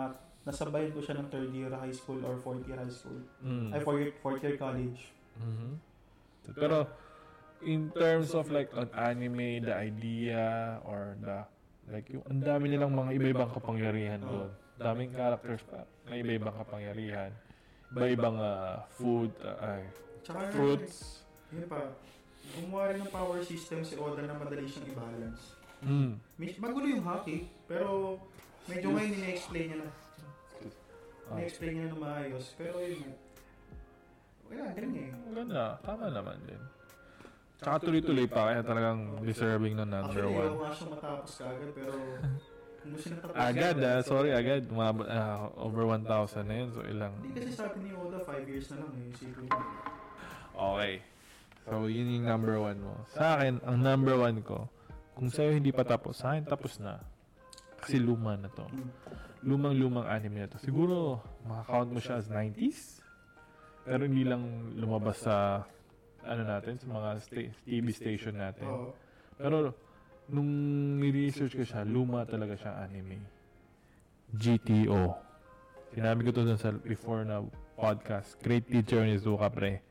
S1: nasabayan ko siya ng third year high school or fourth year high school.
S2: Mm.
S1: Ay, fourth year, fourth year college.
S2: Mhm. Pero, in terms of like on anime, the idea, or the, like yung, ang dami nilang mga iba-ibang kapangyarihan doon. Daming characters pa na iba-ibang kapangyarihan. Iba-ibang ah, food, ah, ay,
S1: Tsaka,
S2: fruits.
S1: Yun pa, gumawa rin ng power system si Oda na madali siyang i-balance.
S2: Mm.
S1: Mis- Magulo yung hockey, pero Medyo ngayon ina-explain niya na.
S2: Ah.
S1: Ina-explain niya na maayos. Pero yun, wala, ganun eh.
S2: Maganda. Hmm, Tama naman din. Tsaka tuloy-tuloy pa. Kaya talagang deserving ng number
S1: Actually,
S2: one.
S1: ayaw nga siyang matapos kaagad, pero kung gusto niya tapos
S2: Agad ah. Sorry, agad. Umabot, ah, over 1,000 na yun. So, ilang.
S1: Hindi kasi sabi ni Oda, 5 years na lang eh. Isipin mo.
S2: Okay. So, yun yung number one mo. Sa akin, ang number one ko, kung sa'yo hindi pa tapos, sa akin tapos na. Kasi luma na to. Lumang-lumang anime na to. Siguro, makakount mo siya as 90s? Pero hindi lang lumabas sa, ano natin, sa mga sta- TV station natin.
S1: Oo.
S2: Pero, nung research ko siya, luma talaga siya anime. GTO. Sinabi ko to dun sa before na podcast. Great Teacher ni Zuka, pre.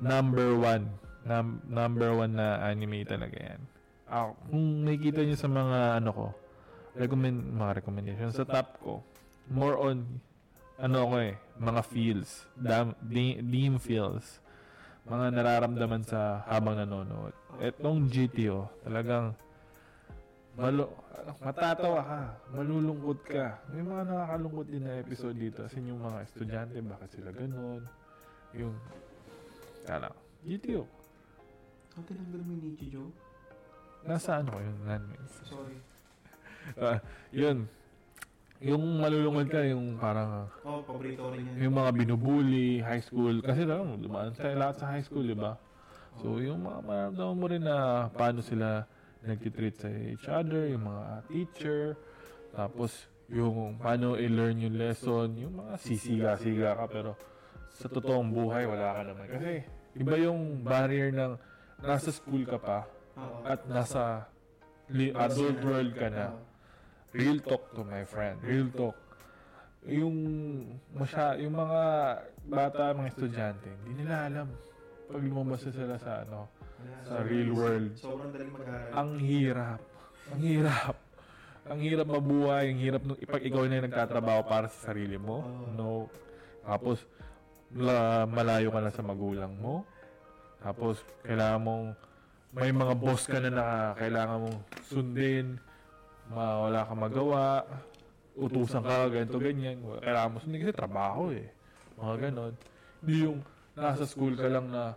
S2: Number one. Num- number one na anime talaga yan. Ah, kung nakikita niyo sa mga ano ko, recommend, mga recommendations sa top ko, more on, ano ko eh, mga feels, dam, de- deem feels, mga nararamdaman sa habang nanonood. Etong GTO, talagang malo, matatawa ka, malulungkot ka. May mga nakakalungkot din na episode dito. As in, yung mga estudyante, bakit sila ganun? Yung, kala, GTO.
S1: Ang tinanggal mo yung Nichijou?
S2: Nasa ano ko yun? nan-
S1: Sorry.
S2: Ah, yun. Yung malulungkot ka, yung parang,
S1: Oo, Oh, paborito ko rin yan.
S2: yung mga binubuli, high school. Kasi talagang dumaan tayo lahat sa high school, di ba? So, yung mga maramdaman mo rin na paano sila nagtitreat sa each other, yung mga teacher, tapos yung paano i-learn yung lesson, yung mga sisiga-siga ka, pero sa totoong buhay, wala ka naman. Kasi, iba yung barrier ng nasa school ka pa
S1: Oo.
S2: at nasa li- adult world ka na.
S1: Oo.
S2: Real talk to my friend. Real talk. Yung masya, yung mga bata, mga estudyante, hindi nila alam pag lumabas na sila sa ano,
S1: Wala.
S2: sa real world.
S1: Sobrang daling mag-aral.
S2: Ang hirap. Ang hirap. Ang hirap mabuhay, ang hirap nung ipag ikaw na yung nagtatrabaho para sa sarili mo. No. Tapos la, malayo ka na sa magulang mo. Tapos kailangan mong may mga boss ka na na kailangan mong sundin. Ma, wala kang magawa. Utusan ka, ganito, ganyan. Wa- Kailangan mo sundin kasi trabaho eh. Mga ganon. Hindi yung nasa school ka lang na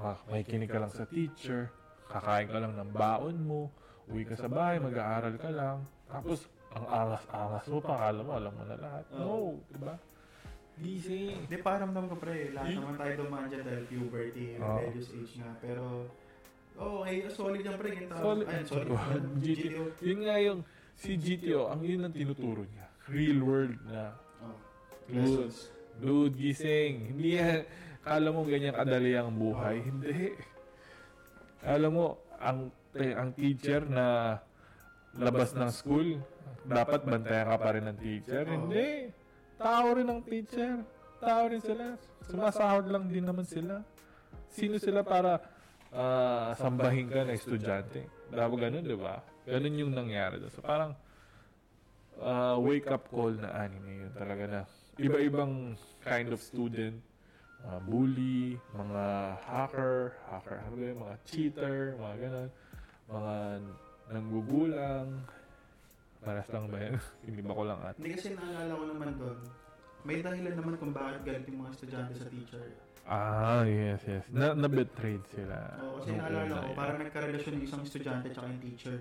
S2: ma- makikinig ka lang sa teacher, kakain ka lang ng baon mo, uwi ka sa bahay, mag-aaral ka lang. Tapos, ang angas-angas mo pa, alam mo, alam mo na lahat. No, diba? di ba? Easy.
S1: Hindi, parang naman ko pre, lahat naman tayo dumaan dyan dahil puberty,
S2: Oo.
S1: rebellious age nga. Pero, oh, ay, solid yan pre, yung tawag.
S2: Solid.
S1: Ayun, solid.
S2: GTO. Yun nga yung, si GTO, ang yun ang tinuturo niya. Real world na.
S1: Oh.
S2: Dude, dude, gising. Hindi yan, kala mo ganyan kadali ang buhay. Hindi. Alam mo, ang, te- ang teacher na labas ng school, dapat bantayan ka pa rin ng teacher. Hindi. Tao rin ang teacher. Tao rin sila. Sumasahod lang din naman sila. Sino sila para ah, sambahin ka na estudyante? Dapat ganun, di ba? Ganun yung nangyari doon. So parang ah, wake up call na anime yun talaga na. Iba-ibang kind of student. Mga bully, mga hacker, hacker, ano ba yun, mga cheater, mga ganun. Mga nanggugulang. Maras lang ba yan? Hindi ba ko lang at?
S1: Hindi kasi naalala ko naman doon, may dahilan naman kung bakit galit yung mga estudyante sa teacher.
S2: Ah, yes, yes. Na, na-betrayed sila.
S1: Oo, kasi
S2: Nung
S1: naalala
S2: una
S1: ko,
S2: yun.
S1: parang nagkarelasyon yung isang estudyante at yung teacher.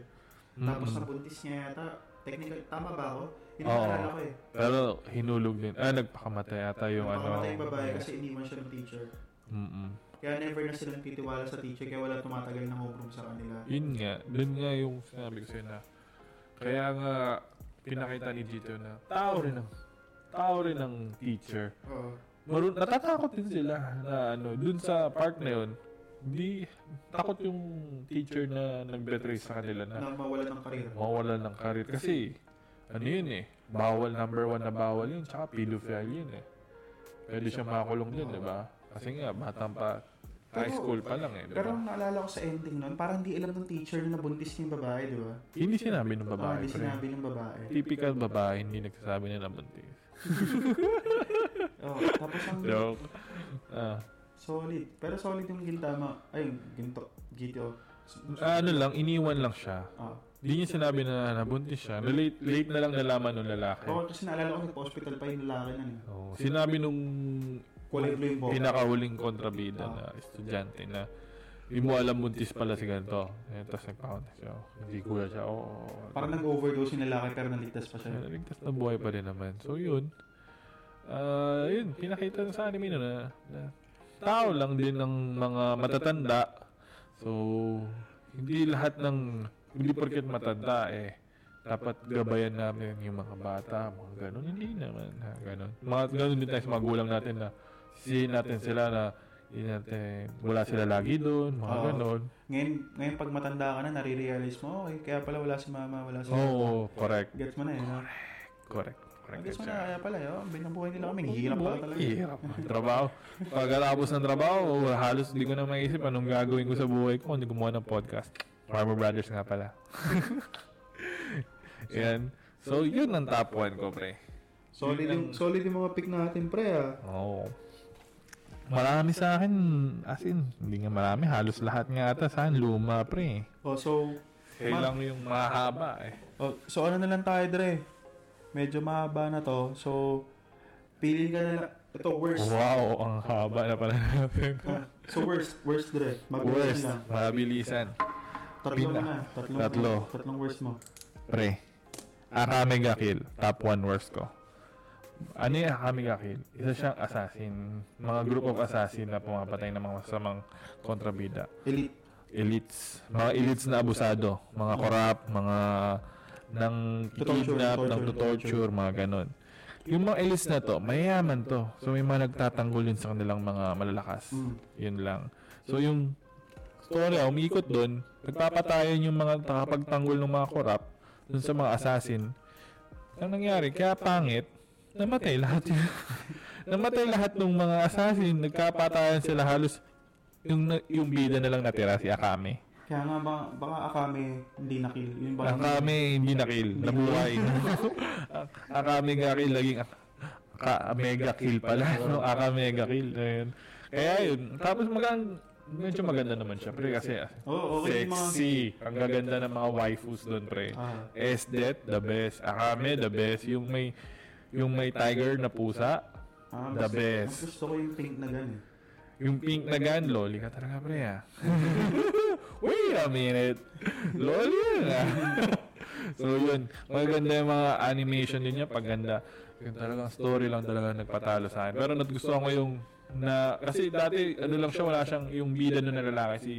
S2: Mm-mm.
S1: Tapos nabuntis niya yata, technical, tama ba ako? Yun
S2: Oo.
S1: ang naalala ko eh.
S2: Pero hinulog din. Ah, nagpakamatay ata yung ano.
S1: Napakamatay yung babae kasi iniwan siya ng teacher.
S2: Mm-mm.
S1: Kaya never na silang titiwala sa teacher, kaya wala tumatagal na homeroom sa kanila.
S2: Yun nga, dun nga yung sinabi ko sa'yo na kaya nga pinakita ni Jito na tao rin ang tao rin ang teacher.
S1: Oo.
S2: Marun, natatakot din sila na ano, dun sa part na yun, hindi takot yung teacher na nag-betray sa kanila na
S1: Na mawala ng karir.
S2: mawala ng karir kasi ano yun eh bawal number one na bawal yun tsaka pedophile yun eh pwede siya makakulong dun di ba kasi nga batang pa high
S1: Pero-
S2: school pa lang eh di
S1: Pero
S2: ba
S1: ang naalala ko sa ending nun, parang di alam ng teacher na nabuntis niya yung babae, di ba?
S2: hindi sinabi ng
S1: Ah,
S2: babae
S1: Hindi
S2: pre
S1: sinabi ng babae.
S2: typical babae hindi nagsasabi nila buntis
S1: Oo, tapos ang
S2: joke ah
S1: solid. Pero solid yung Gintama. Ay, yung Ginto. GTO.
S2: Ah, ano lang, iniwan lang siya.
S1: Ah.
S2: Hindi niya sinabi na nabuntis siya. Na late, late na lang nalaman nung lalaki.
S1: Oo, kasi naalala ko nagpa-hospital pa yung lalaki na eh.
S2: Oo. sinabi nung
S1: Kulay blue yung boka.
S2: pinakahuling kontrabida na estudyante na hindi mo alam buntis pala si ganito. Eh, Tapos nagpa-contact siya. "Oh, Hindi kuya siya. Oo. oo, oo."
S1: Parang nag-overdose yung lalaki pero naligtas pa
S2: Siya
S1: siya.
S2: naligtas na buhay pa rin naman. So, yun. Ah, yun, pinakita sa anime na, na, na tao lang din ng mga matatanda. So, hindi lahat ng, hindi porket matanda eh, dapat gabayan namin yung mga bata, mga ganun. Hindi naman, ha, ganun. Mga ganun din tayo sa magulang natin na sisihin natin sila na hindi natin, wala sila lagi doon, mga
S1: Oo.
S2: ganun.
S1: Ngayon, ngayon pag matanda ka na, nare-realize mo, okay, kaya pala wala si mama, wala si
S2: Oo, oh, correct.
S1: Gets mo na eh. no?
S2: Correct. Correct.
S1: Gets mo
S2: siya.
S1: na, kaya pala eh. Oh, binabuhay nila kami. Hirap pala talaga.
S2: Hirap ang trabaho. Pagkatapos ng trabaho, oh, halos hindi ko na maisip anong gagawin ko sa buhay ko hindi gumawa ng podcast. Farmer Brothers nga pala. Yan. So, yun ang top 1 ko, pre.
S1: Solid yung, solid yung mga pick natin, pre ah.
S2: Oo. Marami sa akin, as in, hindi nga marami, halos lahat nga ata sa akin, luma, pre.
S1: Oh, so,
S2: Kaya lang yung mahaba, eh.
S1: Oh, so ano na lang tayo, Dre? Medyo mahaba na to. So, pili ka na lang. Ito, worst.
S2: Wow, ang haba na pala natin.
S1: Ah, so, worst. Worst, Dre. Mabilis
S2: Worst,
S1: na lang.
S2: mabilisan.
S1: Tatlo
S2: Pina.
S1: na. Tatlo.
S2: Tatlo.
S1: Tatlong worst mo.
S2: Pre, Akame ga Kill, top 1 worst ko. Ano yung Akame ga Kill? Isa siyang assassin, mga group of assassin na pumapatay ng mga masamang kontrabida.
S1: Elite.
S2: Elites, mga elites na abusado, mga corrupt, mga nang kidnap,
S1: Torture,
S2: nang
S1: torture,
S2: torture, mga ganon. Yung mga elites na to, mayayaman to. So may mga nagtatanggol yun sa kanilang mga malalakas.
S1: Mm.
S2: Yun lang. So yung story, umiikot doon, nagpapatayan yung mga nakapagtanggol ng mga corrupt dun sa mga assassin. Ang nangyari, kaya pangit, namatay lahat yun. namatay lahat ng mga assassin, nagkapatayan sila halos yung, na- yung bida na lang natira si Akame.
S1: Kaya nga, ba, baka akame hindi nakil. Yun ba?
S2: Akame hindi nakil, nabuhay. Akame nga kill, naging ak- ka mega kill pala. No? Aka mega kill. Ayun. Kaya yun. Tapos magang medyo maganda naman siya, pre, kasi ah,
S1: Oo, okay. yung Mga,
S2: sexy. Ang gaganda ng mga waifus doon, pre.
S1: ah,
S2: Esdet, the best. Akame, the best. Yung may yung may tiger na pusa,
S1: ah,
S2: the
S1: basta-
S2: best.
S1: Gusto ko yung pink na gan eh.
S2: Yung pink na gun, loli ka talaga pre ah. Wait a minute. Loli yun ah. so yun, maganda yung mga animation din niya, pagganda. Yung talagang story lang talaga nagpatalo sa akin. Pero nagustuhan ko yung na, kasi dati ano lang siya, wala siyang yung bida na nalalaki si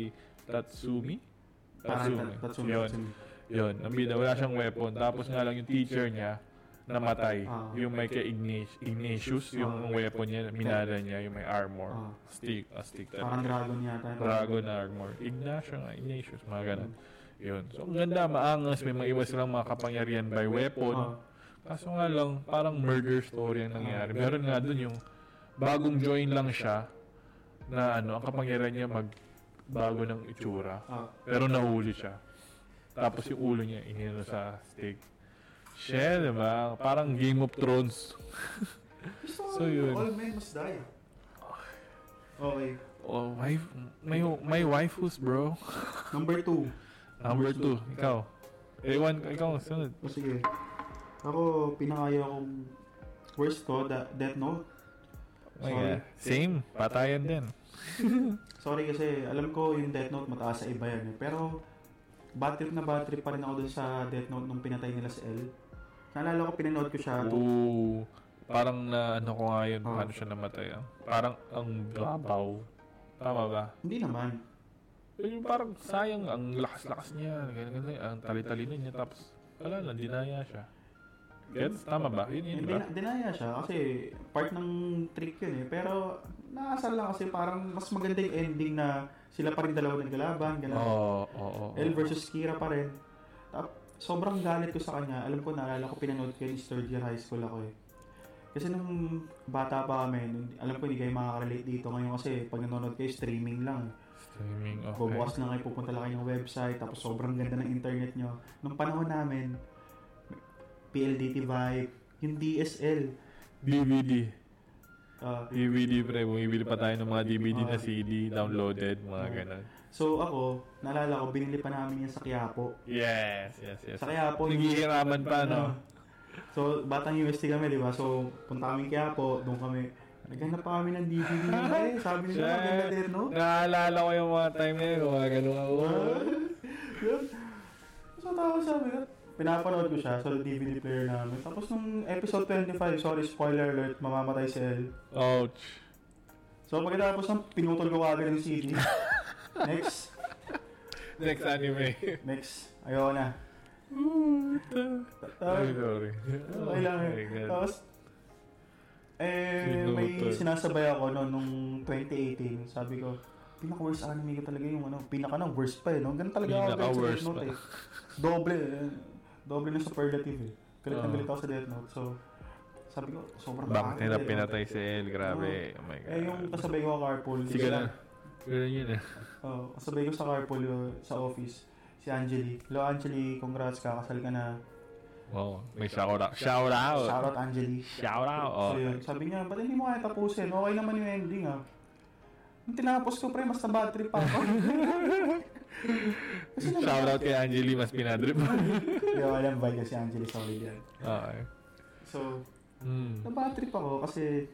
S2: Tatsumi.
S1: Parang
S2: Tatsumi.
S1: tat- tatsumi.
S2: Yun.
S1: tatsumi.
S2: Yun, ang bida, wala siyang weapon. Tapos nga lang yung teacher niya, namatay.
S1: Ah.
S2: Yung may kay Ignatius, Ignatius
S1: Ah.
S2: yung weapon niya, minala niya, yung may armor.
S1: Ah.
S2: Stick, ah, stick
S1: Parang
S2: talaga.
S1: dragon yata.
S2: Dragon armor. Ignacio nga, Ignatius, mga ganun. Yun. So, ang ganda, maangas, may mga iba silang mga kapangyarihan by
S1: Ah,
S2: weapon. Kaso nga lang, parang murder story ang nangyari. Meron nga dun yung bagong join lang siya na ano, ang kapangyarihan niya mag bago ng itsura.
S1: ah.
S2: Pero nahuli siya. Tapos yung ulo niya, inino sa stick. Shit, di ba? Parang Game of Thrones.
S1: Gusto ko,
S2: So, yun.
S1: all men must die. Okay.
S2: Oh, wife, may, may waifus, bro.
S1: Number two.
S2: Number two, ikaw. Ewan, ikaw, sunod.
S1: O sige. Ako, pinakaya kong worst ko, da- Death Note.
S2: My
S1: Sorry.
S2: God. Same, patayan din.
S1: Sorry kasi, alam ko yung Death Note mataas sa iba yan. eh. Pero, bad trip na bad trip pa rin ako dun sa Death Note nung pinatay nila si L. Naalala ko, pinanood ko siya.
S2: Oo. Parang na ano ko nga yun,
S1: Oh.
S2: paano siya namatay. ah. Parang ang babaw. Tama ba?
S1: Hindi naman.
S2: Yun Yung parang sayang, ang lakas-lakas niya, ganyan, ganyan, ang tali-tali na niya, tapos wala lang, dinaya siya. Gets? Tama ba? Yun, diba? yun, di
S1: Hindi
S2: ba?
S1: na, dinaya siya kasi part ng trick yun eh. Pero, naasal lang kasi parang mas maganda yung ending na sila pa rin dalawa naglalaban. Ganun.
S2: Oo, oo, oo.
S1: L versus Kira pa rin. Tap, sobrang galit ko sa kanya. Alam ko, naalala ko, pinanood ko yun yung third year high school ako eh. Kasi nung bata pa kami, nun- alam ko hindi kayo makaka-relate dito ngayon kasi pag nanonood kayo, streaming lang.
S2: Streaming, okay.
S1: Bubukas lang kayo, pupunta lang kayo ng website, tapos sobrang ganda ng internet nyo. Nung panahon namin, PLDT Vibe, yung DSL,
S2: DVD.
S1: ah,
S2: DVD, pre. Bumibili pa tayo ng mga DVD na
S1: Ah.
S2: CD, downloaded, mga ganun.
S1: So ako, naalala ko, binili pa namin yan sa Quiapo.
S2: Yes, yes, yes.
S1: Sa Quiapo,
S2: Naghihiraman pa, no?
S1: Ah. So, batang UST kami, di ba? So, punta kami kaya po, doon kami. Naghanap pa kami ng DVD nila eh. Sabi nila, maganda din, no?
S2: Naalala ko yung mga time na yun, gumagano ako.
S1: Yun. so, tapos sabi ko, pinapanood ko siya sa DVD player namin. Tapos nung episode 25, sorry, spoiler alert, mamamatay si Elle.
S2: Ouch.
S1: So, pagkatapos nung pinutol ko agad yung CD. Next.
S2: Next anime.
S1: Next. Ayaw na.
S2: Ay,
S1: Tapos,
S2: sorry. Oh
S1: Okay lang
S2: my
S1: eh.
S2: God.
S1: Tapos, eh, may
S2: Sinutol.
S1: sinasabay ako no, nung 2018. Sabi ko, pinaka-worst anime ko talaga yung ano, pinaka na worst pa eh. No? Ganun talaga ako ganun sa
S2: Pinaka-worst
S1: Death Note
S2: pa.
S1: eh. Doble, eh. doble na superlative eh. Galit na
S2: Oo.
S1: galit ako sa Death Note. So, sabi ko, sobrang
S2: Ah. Bakit
S1: pangit
S2: nila
S1: eh, no?
S2: pinatay si El? Grabe. Oh my God.
S1: Eh, yung kasabay ko carpool.
S2: Sige na. Ganun yun eh.
S1: Oo, kasabay ko sa carpool uh, sa office. Si Angeli. Hello Angeli, congrats ka. Kasal ka na.
S2: Wow. May shout out. Shout out.
S1: Shoutout Angeli.
S2: Shout out. Oh.
S1: So yun, sabi niya, ba't hindi mo kaya tapusin? Okay naman yung ending ah. Nung tinapos ko pre, mas na bad trip ako.
S2: Shout out kay Angeli. Mas pinadrip.
S1: Hindi ko alam ba niya si Angeli sa yan.
S2: okay.
S1: So,
S2: Hmm.
S1: na bad trip ako kasi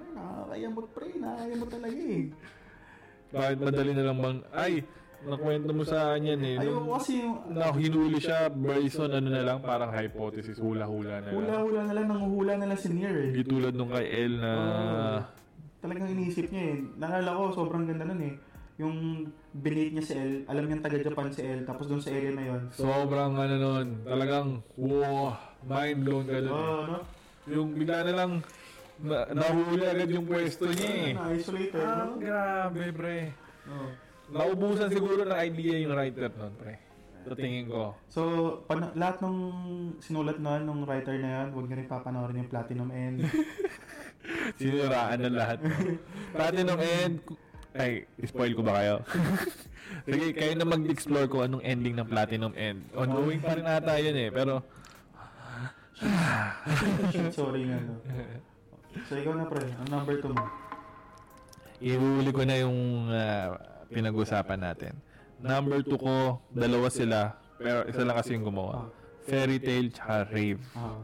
S1: ano, nakakayamot pre, nakakayamot talaga eh.
S2: Bakit madali na lang bang... Ay! Nakwento mo sa akin yan eh.
S1: Ayoko
S2: Nung,
S1: kasi yung
S2: na Ano, hinuli siya based on ano na lang parang hypothesis hula-hula na lang.
S1: hula-hula na lang, nanguhula na lang si Nier eh.
S2: Hindi tulad nung kay El na
S1: Oo. Talagang iniisip niya eh. Naalala ko, sobrang ganda nun eh. Yung binate niya si El, alam niya taga-Japan si El, tapos doon sa area na yon.
S2: sobrang ano nun, talagang wow, mind blown ka dun.
S1: Oo,
S2: eh.
S1: no?
S2: Yung bigla na lang na, nahuli agad yung pwesto niya eh.
S1: Na-isolated,
S2: Ah,
S1: no? Oh.
S2: grabe pre.
S1: Oo.
S2: Naubusan siguro ng idea yung writer nun pre. Sa tingin ko.
S1: So, pan- lahat ng sinulat na nung writer na yan, huwag niyo rin papanoorin yung Platinum End.
S2: Siniraan na ano lahat. Platinum End. Ay, spoil ko ba kayo? Sige, kayo na mag-explore ko anong ending ng Platinum End. Ongoing pa rin ata yun eh, pero...
S1: Shit, Sorry nga, no? So, ikaw na, pre. Ang number 2 mo.
S2: Ihuli ko na yung ah, pinag-usapan natin. Number 2 ko, dalawa sila. Pero isa lang kasi yung gumawa. Fairy Tail tsaka Rave.
S1: Ah,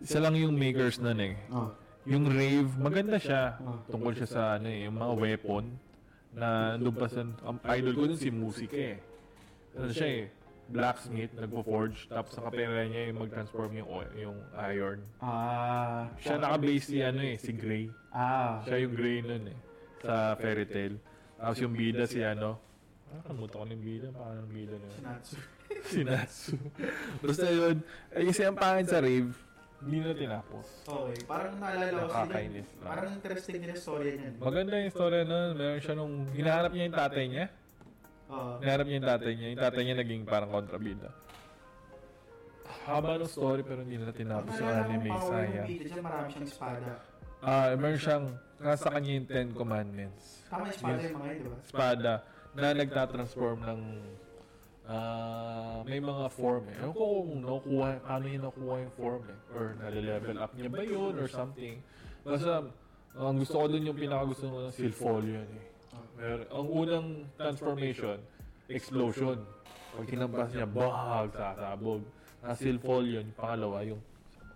S2: Isa lang yung makers nun eh.
S1: ah,
S2: Yung Rave, maganda siya.
S1: oh.
S2: Tungkol siya sa ano eh, yung mga weapon. Na doon pa sa, ang idol ko dun si Musika eh. Ano siya eh, blacksmith, nagpo-forge. Tapos sa kapera niya yung mag-transform yung, oil- yung iron.
S1: ah,
S2: Siya naka-base si ano eh, si Grey.
S1: ah,
S2: Siya yung Grey nun eh. Sa fairy tale. Tapos yung bida si ano. Nakakamuta ko na yung bida. Paano yung bida na yun?
S1: Sinatsu.
S2: si Natsu. Basta yun. Ay, kasi ang pangit sa rave, hindi na tinapos.
S1: Okay, parang naalala ko sila.
S2: Nakakainis lang.
S1: Parang interesting din yung story niyan.
S2: Maganda yung story nun. Meron siya nung hinahanap niya yung tatay niya.
S1: Oo.
S2: Hinahanap niya yung tatay niya. Yung tatay niya naging parang kontrabida. Haba ng story pero hindi na
S1: Ang
S2: tinapos yung
S1: naalala ko,
S2: anime.
S1: power ng
S2: Sayang.
S1: Peter dyan, marami siyang espada.
S2: Ah, meron siyang nasa kanya yung Ten Commandments.
S1: Tama yung espada yung mga yun, di ba?
S2: espada na nagtatransform ng ah, may mga form eh. Ewan ko kung nakukuha, paano niya nakukuha yung form eh. Or nale-level up niya ba yun or something. Basta, ang gusto ko dun yung pinakagusto ko ng Silfolio yun eh. Mer- ang unang transformation, explosion. Pag kinampas niya, bahag, sasabog. Ang Silfolio, yung pangalawa, yung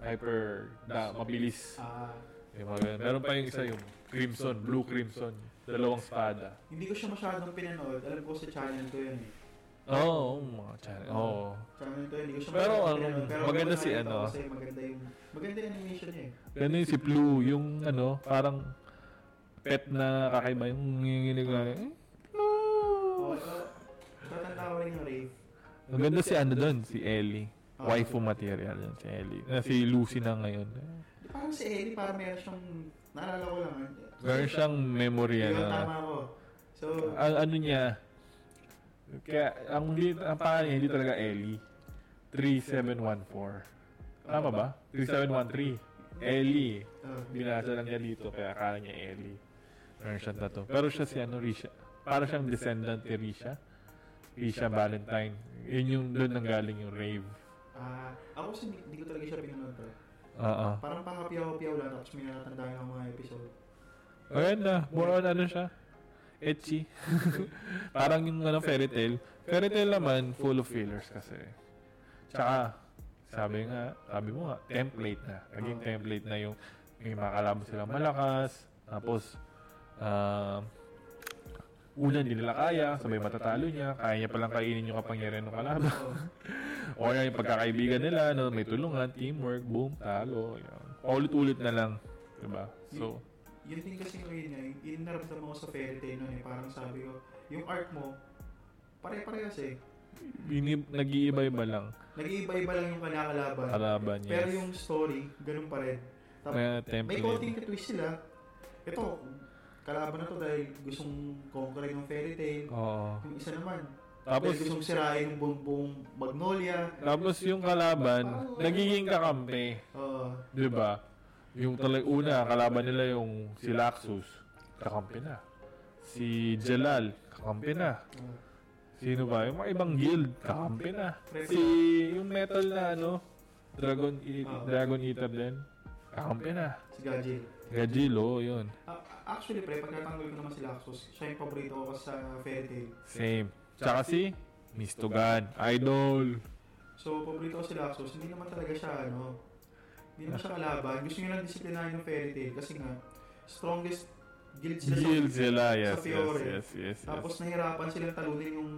S2: hyper, na, mabilis.
S1: Ah,
S2: Yung mga ganun. Meron pa yung isa yung Crimson, Blue Crimson. Dalawang spada.
S1: hindi ko siya masyadong pinanood. Alam ko sa channel ko yun eh.
S2: Oo, oh, mga channel. Oo. Oh.
S1: Channel ko, hindi ko siya
S2: Pero,
S1: masyadong
S2: ano,
S1: pinanood. Pero
S2: maganda
S1: nakita
S2: si
S1: ko
S2: ano.
S1: Kasi maganda yung, maganda yung animation niya eh.
S2: Ano yung si Blue, yung ano, parang pet na kakaiba yung nanginginig na. eh, Blue.
S1: Oo, Oh, so, tatanda ko rin yung Oh, rave.
S2: Ang ganda si ano doon, si Ellie. Waifu material yun, si Ellie. Na Ah, si Lucy na ngayon.
S1: Parang si Ellie, parang meron siyang, naalala ko lang.
S2: Meron siyang memory
S1: Yun,
S2: na.
S1: tama ko. So, uh,
S2: Ang ano niya, kaya ang, li- ang pangalan niya, hindi talaga Ellie. 3714. Tama ba? 3713. Ellie.
S1: uh,
S2: binasa lang niya dito kaya akala niya Ellie. Meron siyang tattoo. Pero siya si ano, Risha. Para siyang descendant ni Risha. Risha Valentine. Yun yung doon nang galing yung rave.
S1: ah, ako kasi hindi, hindi ko talaga siya pinanood. Bro.
S2: Oo.
S1: Parang pakapiyaw-piyaw lang, tapos may natatandaan ako mga episode.
S2: Maganda. More on ano siya. Etchy. Parang yung ano, fairy tale. Fairy tale naman, full of fillers kasi. Tsaka, sabi nga, sabi mo nga, template na. Naging template na yung may makalaban silang malakas. Tapos, ah, una hindi nila kaya, sabay matatalo niya. Kaya niya palang kainin yung kapangyarihan ng kalaban. o kaya yung pagkakaibigan nila, no, may tulungan, teamwork, boom, talo. Yun. Paulit-ulit na lang. Diba? So,
S1: Yun din kasi ngayon niya, yung, yung naramdaman ko sa fairy tale nun eh, parang sabi ko, yung art mo, pare-parehas eh.
S2: binib, nag-iiba-iba lang
S1: Nag-iiba-iba lang yung kinakalaban.
S2: kalaban niya.
S1: Pero yung story, ganun pa rin. Tapos,
S2: na
S1: May
S2: template.
S1: konting twist sila. Ito, kalaban na to dahil gustong conquerin ng fairy tale.
S2: Oo.
S1: Yung isa naman,
S2: Tapos,
S1: dahil gustong sirain ng buong, buong magnolia.
S2: tapos yung kalaban, nagiging kakampi.
S1: Oo.
S2: Di ba? Yung talagang una, kalaban nila yung si Laxus, kakampi na. Si Jalal, kakampi na.
S1: oo.
S2: Sino ba? Yung mga ibang guild, kakampi na. Si yung metal na ano, Dragon e-
S1: Oo.
S2: Dragon Eater din, kakampi na.
S1: si Gajil.
S2: Gajilo, yun.
S1: A- actually, pre, pagkatanggol ko naman si Laxus, siya yung paborito ko sa fairy tale.
S2: Same. Tsaka si Mistogan, Idol.
S1: So, paborito ko si Laxus, hindi naman talaga siya, ano, hindi naman siya kalaban. Gusto nyo lang disiplinahin ng fairy tale kasi nga, strongest guild sila sa-
S2: Guild sila, ah. yes,
S1: Sa
S2: yes,
S1: Fiore.
S2: yes, yes, yes.
S1: Tapos nahirapan silang talunin yung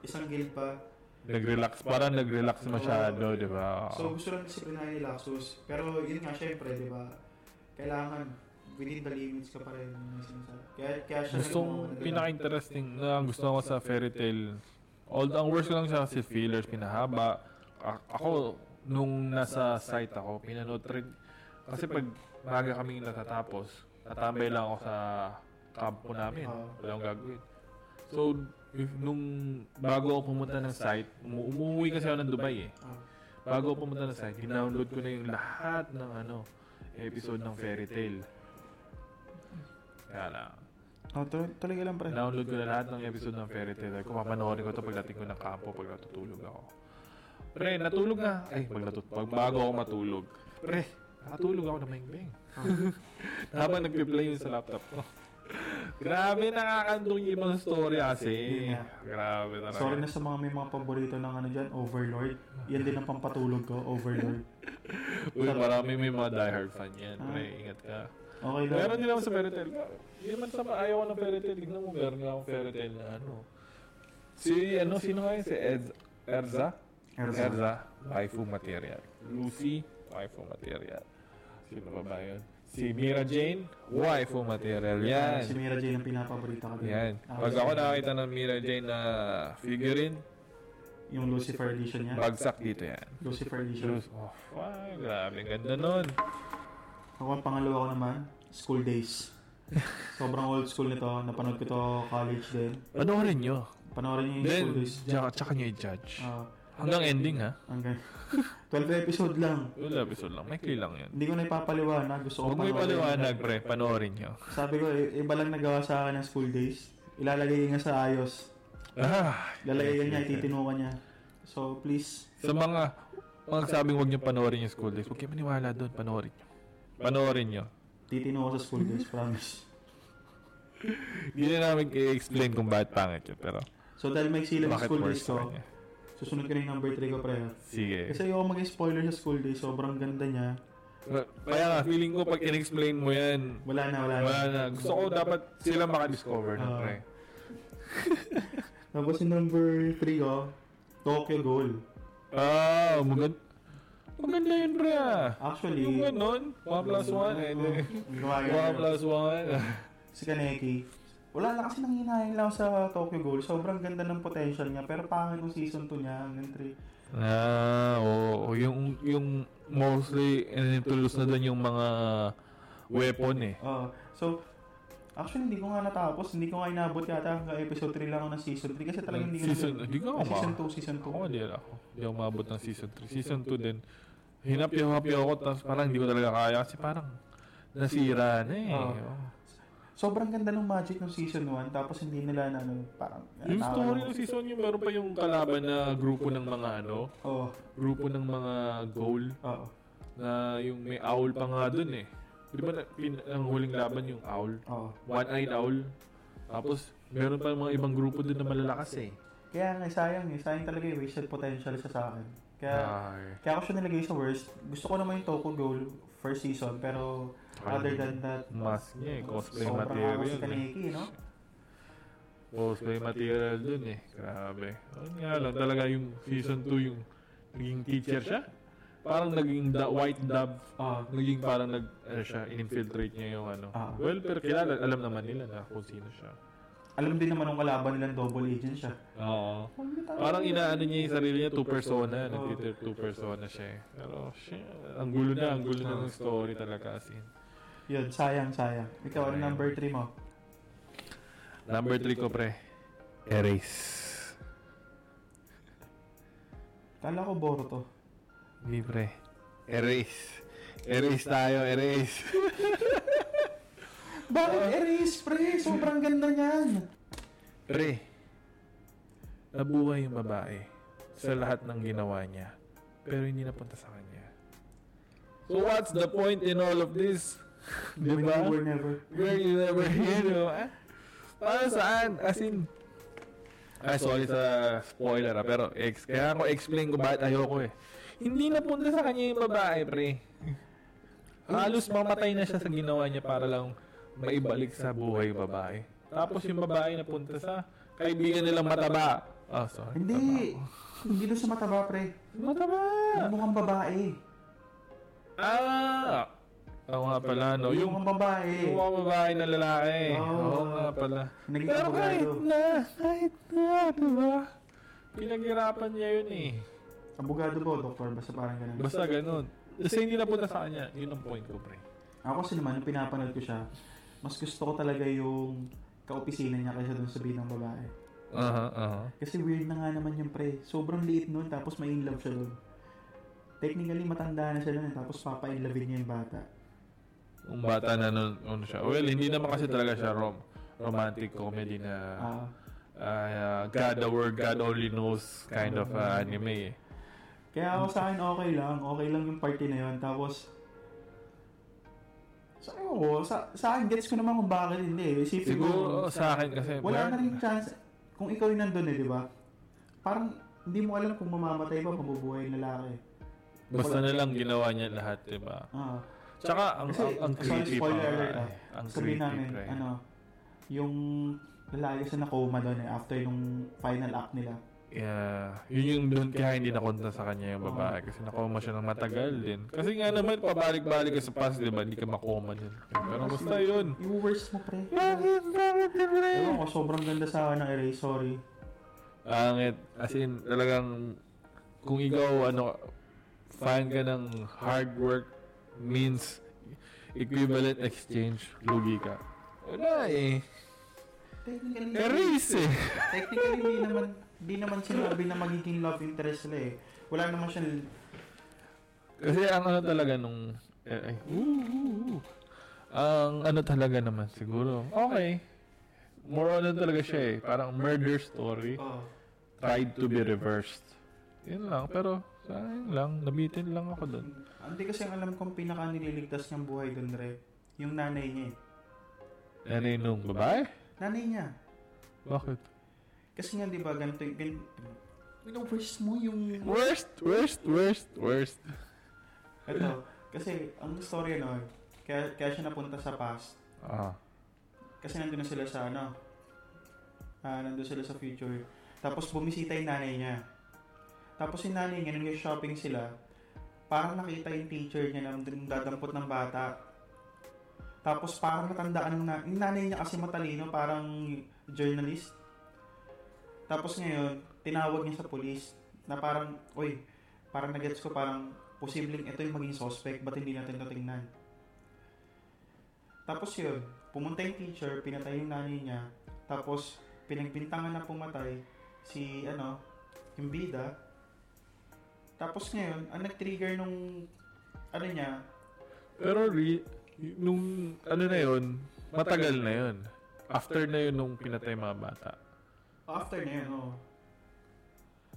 S1: isang guild pa.
S2: Nag-relax, parang nag-relax masyado, di ba?
S1: So gusto lang disiplinahin ni Laxus. Pero yun nga, syempre, di ba? Kailangan within the limits ka pa rin. yung sinasabi. Kaya, kaya siya
S2: Gustong
S1: nagmamahal.
S2: pinaka-interesting na gusto ko sa fairy tale. All ang worst ko lang siya si fillers, pinahaba. A- ako, nung nasa site ako, pinanood rin. Kasi pag maga kaming natatapos, tatambay lang ako sa kampo namin. Wala akong gagawin. So, if- nung bago ako pumunta ng site, umu- umuwi kasi ako ng Dubai eh.
S1: Ah,
S2: Bago ako pumunta ng site, dinownload ko na yung lahat ng ano, episode ng fairy tale. Kaya lang.
S1: oh, tul- tuloy ka lang, pre.
S2: Download ko na lahat ng episode ng Fairy Tale. Kung papanoorin ko to pagdating ko ng kampo, pag natutulog ako. Pre, natulog na. Ay, pag, natut- pag bago ako matulog. Pre, natulog ako na mahingbing. Habang nagpe-play yun sa laptop ko. Grabe, nakakandong yung ibang story kasi.
S1: Yeah.
S2: Grabe talaga.
S1: Sorry na sa mga may mga paborito ng ano dyan, Overlord. Yan din ang pampatulog ko, Overlord.
S2: Uy, marami may mga diehard fan yan. Pre,
S1: Ah.
S2: ingat ka.
S1: Okay lang.
S2: Meron din naman sa fairy tale. Hindi naman sa ayaw ko ng fairy tale. Tignan mo, meron nga akong fairy tale na ano. Si, ano, sino nga yun? Si Ed, Erza?
S1: Erza.
S2: Erza. Waifu material. Lucy, waifu material. Sino pa ba yun? Si Mira Jane, waifu material.
S1: Ah,
S2: Yan.
S1: Si Mira Jane ang pinapaborito ko. din.
S2: Yan.
S1: Ah,
S2: Pag ako nakakita ng Mira Jane na figurine,
S1: Yung Lucifer edition niya.
S2: bagsak dito yan.
S1: Lucifer edition.
S2: Juice. Oh, wow, grabe. Ganda nun.
S1: Ako ang pangalawa ko naman, School Days. Sobrang old school nito. Napanood ko to college din.
S2: Panoorin nyo.
S1: Panoorin niyo yung School
S2: Then,
S1: Days.
S2: tsaka, tsaka nyo i-judge.
S1: Ah,
S2: Hanggang ending ha.
S1: hanggang 12 episode lang.
S2: Wala, episode lang. Maikli lang yun.
S1: Hindi ko na ipapaliwanag. Gusto ko
S2: Huwag mo
S1: panoorin.
S2: ipaliwanag, pre. Panoorin nyo.
S1: Sabi ko, i- iba lang nagawa sa akin ng school days. Ilalagay niya sa ayos.
S2: Ah,
S1: Lalagay niya, ititinukan niya. So, please.
S2: sa mga mga sabing huwag nyo panoorin yung school days, huwag kayo maniwala doon. Panoorin nyo. Panoorin nyo.
S1: Titino ko sa school days, promise.
S2: Hindi na namin i-explain kung bakit pangit yun, pero
S1: So, dahil may silang
S2: bakit
S1: school days
S2: worse pa
S1: ko,
S2: niya.
S1: susunod ko na yung number 3 ko, pre.
S2: Sige.
S1: Kasi ayoko maging spoiler sa school days. Sobrang ganda niya.
S2: Kaya nga, feeling ko pag in-explain mo yan,
S1: Wala na, wala na. Ah.
S2: wala na. Gusto ko dapat sila makadiscover na, pre.
S1: Tapos yung number 3 ko, Tokyo Ghoul.
S2: Ah, maganda. Maganda yun, pre. ah.
S1: Actually,
S2: Yung ganun, 1 plus eh, 1, and then,
S1: Gawa
S2: 1 plus 1.
S1: si Kaneki. Wala na kasi nanghinahin lang sa Tokyo Ghoul. Sobrang ganda ng potential niya. Pero pangit yung season 2 niya hanggang 3.
S2: Ah, oo. Yung, yung mostly, inintulos na doon yung mga weapon eh.
S1: Oh, so, actually hindi ko nga natapos. Hindi ko nga inabot yata hanggang episode 3 lang ako ng season 3. Kasi talagang hindi ko
S2: Season, oh,
S1: na-
S2: hindi ko ako
S1: Season
S2: ma-
S1: 2, season 2.
S2: Ako, hindi rin ako. Hindi ako maabot ng season 3. Season 2 din, hinapyo-hapyo ako, tapos parang hindi ko talaga kaya kasi parang nasira na eh.
S1: Oo.
S2: Oo.
S1: Sobrang ganda ng magic ng season 1. Tapos hindi nila na ano, parang...
S2: Yung
S1: natawa
S2: story
S1: lang.
S2: ng season yung meron pa yung kalaban na grupo ng mga ano,
S1: Oo,
S2: grupo ng mga goal
S1: oo.
S2: na yung may owl
S1: oh.
S2: pa nga doon eh. Di ba na, pin, ang huling laban yung owl?
S1: Oo.
S2: One-eyed owl. Tapos, meron pa mga ibang grupo din na malalakas eh.
S1: Kaya nga, sayang eh. Sayang talaga yung wasted potential siya sa akin. Kaya,
S2: Ay.
S1: kaya ako siya nilagay sa worst. Gusto ko naman yung Toko Goal first season, pero other than that,
S2: Mask niya eh, Ano cosplay
S1: sobrang
S2: material
S1: ako si
S2: yun eh.
S1: Kaneki, no?
S2: Cosplay material dun eh. Grabe. Ang nga lang talaga yung season 2 yung naging teacher siya. Parang naging da- white dove.
S1: Ah.
S2: Naging parang nag, ano siya, infiltrate niya yung ano.
S1: Ah.
S2: Well, pero kilala, alam naman nila na kung sino siya.
S1: Alam din naman ng kalaban nilang double agent siya.
S2: Oo. Parang inaano niya yung sarili niya, two persona. Nag-twitter two persona siya eh. Pero, shit, ang gulo na, ang gulo na ng story talaga as in.
S1: Yun, sayang, sayang. Ikaw, ano
S2: Sayang.
S1: number 3 mo?
S2: Number 3 ko pre. Erase.
S1: Kala ko
S2: Ah.
S1: Boruto.
S2: Hindi pre. Erase. Erase tayo, erase.
S1: Bakit erase, pre? Sobrang ganda niyan.
S2: Pre, nabuhay yung babae sa lahat ng ginawa niya. Pero hindi napunta sa kanya. So what's the point in all of this? Di
S1: When
S2: ba?
S1: you were never.
S2: Where you never hear, di ba? Para saan? As in, ay Ah, sorry sa spoiler ah, pero ex, kaya ako explain ko bakit ayoko eh. Hindi napunta sa kanya yung babae, pre. Halos mamatay na siya sa ginawa niya para lang maibalik sa buhay yung babae. Tapos yung babae napunta sa kaibigan nilang mataba. Ah, sorry.
S1: Hindi. Hindi doon sa mataba, pre.
S2: Mataba!
S1: Yung mukhang babae.
S2: Ah! Oo nga pala, no?
S1: Yung
S2: Yung
S1: mukhang babae.
S2: Yung mga babae na lalaki.
S1: Oo.
S2: Oo nga pala.
S1: Naging
S2: Pero
S1: abogado.
S2: kahit na, kahit na, diba? Pinaghirapan niya yun eh.
S1: Abogado ba o doktor? Basta parang ganun.
S2: Basta ganun. Kasi hindi napunta sa kanya. Yun ang point ko, pre.
S1: Ako kasi naman, nung pinapanood ko siya, mas gusto ko talaga yung kaopisina niya kaysa dun sa binang babae.
S2: Aha, aha.
S1: Kasi weird na nga naman yung pre. Sobrang liit nun, tapos may in love siya dun. Technically, matanda na siya nun, tapos papa-inlovein niya yung bata.
S2: Yung bata na nun, ano siya. Well, hindi naman kasi talaga siya rom romantic comedy na
S1: Ah,
S2: ah, God the word, God only knows kind of ah, anime eh.
S1: kaya ako sa akin, okay lang. Okay lang yung party na yun. Tapos, sa ko, sa, sa akin, gets ko naman kung bakit hindi. eh. Isipin mo,
S2: Siguro oh, sa akin kasi,
S1: wala
S2: well,
S1: na rin chance. Kung ikaw yung nandun eh, di ba? Parang, hindi mo alam kung mamamatay ba, mabubuhay yung lalaki.
S2: basta na lang ginawa niya lahat, diba?
S1: Ah.
S2: Tsaka ang,
S1: Kasi,
S2: ang, ang
S1: sorry,
S2: creepy
S1: spoiler
S2: pa.
S1: alert, ah.
S2: eh. Ang
S1: Sabihin
S2: creepy
S1: namin,
S2: pre.
S1: ano, yung lalaki siya na coma doon eh, after nung final act nila.
S2: Yeah. Yun yung doon kaya hindi nakonta sa kanya yung babae. Kasi nakoma siya ng matagal din. Kasi nga naman, pabalik-balik ka sa past, di ba? Hindi ka makoma din. Pero basta yun.
S1: Yung worst mo, pre.
S2: Bakit? Bakit? Bakit?
S1: Ewan ko, sobrang ganda sa akin ng Erase, sorry.
S2: Angit. As in, talagang, kung ikaw, ano, fan ka ng hard work means equivalent exchange, lugi ka. Wala eh.
S1: Technically,
S2: Erase eh.
S1: technically hindi naman, di naman sinabi na magiging love interest nila eh. Wala naman siya,
S2: Kasi ang ano talaga nung eh, ay, ooh, ooh, ooh. ang ano talaga naman siguro. Okay. More on ano talaga siya eh. Parang murder story
S1: oh,
S2: tried to be reversed. Yun lang. Pero sayang lang. Nabitin lang ako dun.
S1: hindi kasi ang alam kong pinaka nililigtas niyang buhay doon, re. Yung nanay niya eh.
S2: Ano yun nung babae?
S1: Nanay niya.
S2: Bakit?
S1: Kasi nga, di ba, ganito, ganito, worst mo yung
S2: Worst! Worst! Worst! Worst!
S1: Ito, kasi ang story ano, kaya, kaya siya napunta sa past.
S2: Ah.
S1: Kasi nandun na sila sa ano, ah, nandun sila sa future. Tapos bumisita yung nanay niya. Tapos yung nanay niya, nung shopping sila, parang nakita yung teacher niya na nandun dadampot ng bata. Tapos parang natandaan ng na, yung nanay niya kasi matalino, parang journalist. Tapos ngayon, tinawag niya sa polis na parang, uy, parang nagets ko parang posibleng ito yung maging suspect, ba't hindi natin ito tingnan? Tapos yun, pumunta yung teacher, pinatay yung nanay niya, tapos pinagbintangan na pumatay si ano, yung bida. Tapos ngayon, ang nag-trigger nung ano niya,
S2: Pero re- nung ano na yun, matagal na yun. After na yun nung pinatay mga bata.
S1: after na yun, oh.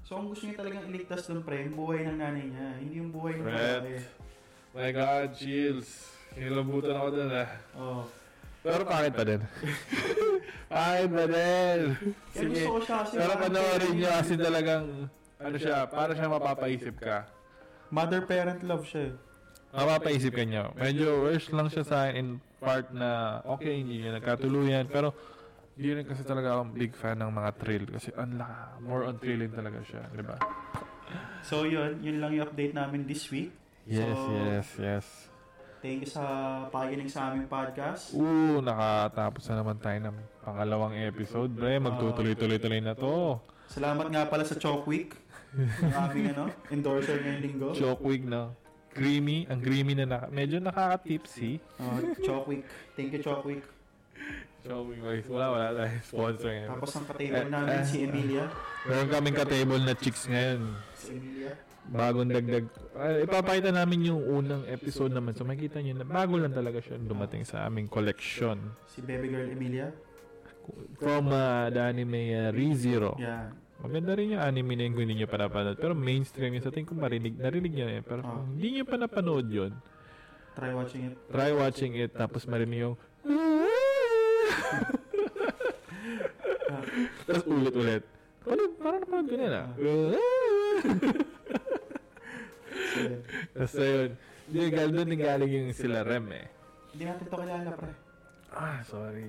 S1: So, ang gusto niya talagang iligtas ng pre, yung buhay ng nanay niya, hindi yung buhay ng
S2: Fred.
S1: babae.
S2: My God, chills. Nilabutan ako dun ah.
S1: Oh.
S2: Pero pangit pa din. pangit pa din.
S1: Kaya
S2: Sige.
S1: gusto ko siya kasi
S2: Pero
S1: parang-
S2: panoorin nyo kasi talagang, ano siya, para siya mapapaisip ka.
S1: Mother parent love siya eh.
S2: Mapapaisip ka niya. Medyo worse lang siya sa akin in part na, okay, hindi niya nagkatuluyan. Pero, hindi rin kasi talaga akong big fan ng mga thrill. Kasi, ang la- more on thrilling talaga siya. Di ba?
S1: So yun, yun lang yung update namin this week.
S2: Yes,
S1: So,
S2: yes, yes.
S1: Thank you sa pakikinig sa aming podcast.
S2: Oo, nakatapos na naman tayo ng pangalawang episode. Bre, magtutuloy-tuloy-tuloy na to.
S1: Salamat nga pala sa Chalk Week. Ang aming ano, endorser ngayong linggo.
S2: Joke wig na. Creamy. Ang creamy na naka... Medyo nakaka-tipsy.
S1: Oh, Chalk Week. Thank you Chalk Week.
S2: Joke wig guys. Wala, wala tayo. Sponsor ngayon.
S1: Tapos ang katable
S2: Eh,
S1: namin si Emilia.
S2: Meron kaming ka-table na chicks ngayon.
S1: Si Emilia.
S2: Bagong dagdag. Ay, ipapakita namin yung unang episode naman. So makita nyo na bago lang talaga siya dumating sa aming collection.
S1: Si baby girl Emilia.
S2: From uh, the anime uh, ReZero.
S1: Yeah.
S2: Maganda rin yung anime na yung kung hindi nyo pa napanood. Pero mainstream yun. Sa tingin ko marinig, narinig nyo na yun. Pero
S1: Ah.
S2: kung hindi nyo pa napanood yun,
S1: Try watching it.
S2: try watching it tapos marinig yung tapos ulit ulit parang parang napanood ko na yun ah
S1: Sige.
S2: tapos ayun hindi gal doon din galing yung sila rem eh
S1: Hindi natin to kilala pre.
S2: ah sorry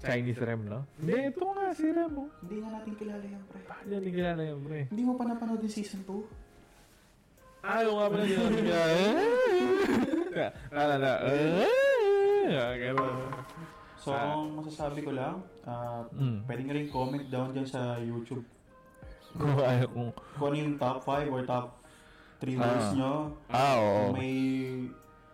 S2: Chinese rem no hindi ito nga si rem oh
S1: Hindi nga natin kilala yan pre.
S2: bakit hindi kilala yun pre
S1: Hindi mo pa napanood yung season 2?
S2: ah yung nga pala yun ala na ah ganun.
S1: So,
S2: Ah.
S1: ang masasabi ko lang, ah,
S2: Mm.
S1: pwede nga rin comment down dyan sa YouTube
S2: kung ayaw kung
S1: kung ano yung top 5 or top 3 words
S2: Ah.
S1: nyo.
S2: ah oo
S1: Kung may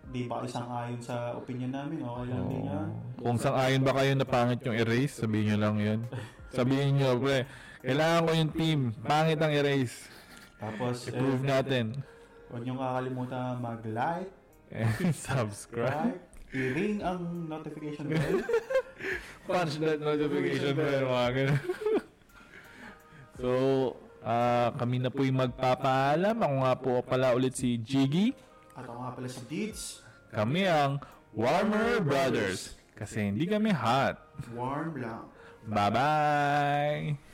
S1: di ba isang ayon sa opinion namin, okay lang din yan.
S2: Kung saan-ayon ba kayo na pangit yung erase, sabihin nyo lang yun. Sabihin nyo, pre, kailangan ko yung team. Pangit ang erase.
S1: Tapos, eh,
S2: I-prove natin.
S1: huwag nyo kakalimutan mag-like,
S2: And subscribe.
S1: right? I-ring ang notification bell.
S2: Punch that notification bell, mga ganun. so, ah, kami na po'y magpapaalam. Ako nga po pala ulit si Jiggy.
S1: At ako nga pala si Deeds,
S2: Kami ang Warmer Brothers. Kasi hindi kami hot.
S1: warm lang.
S2: Bye-bye!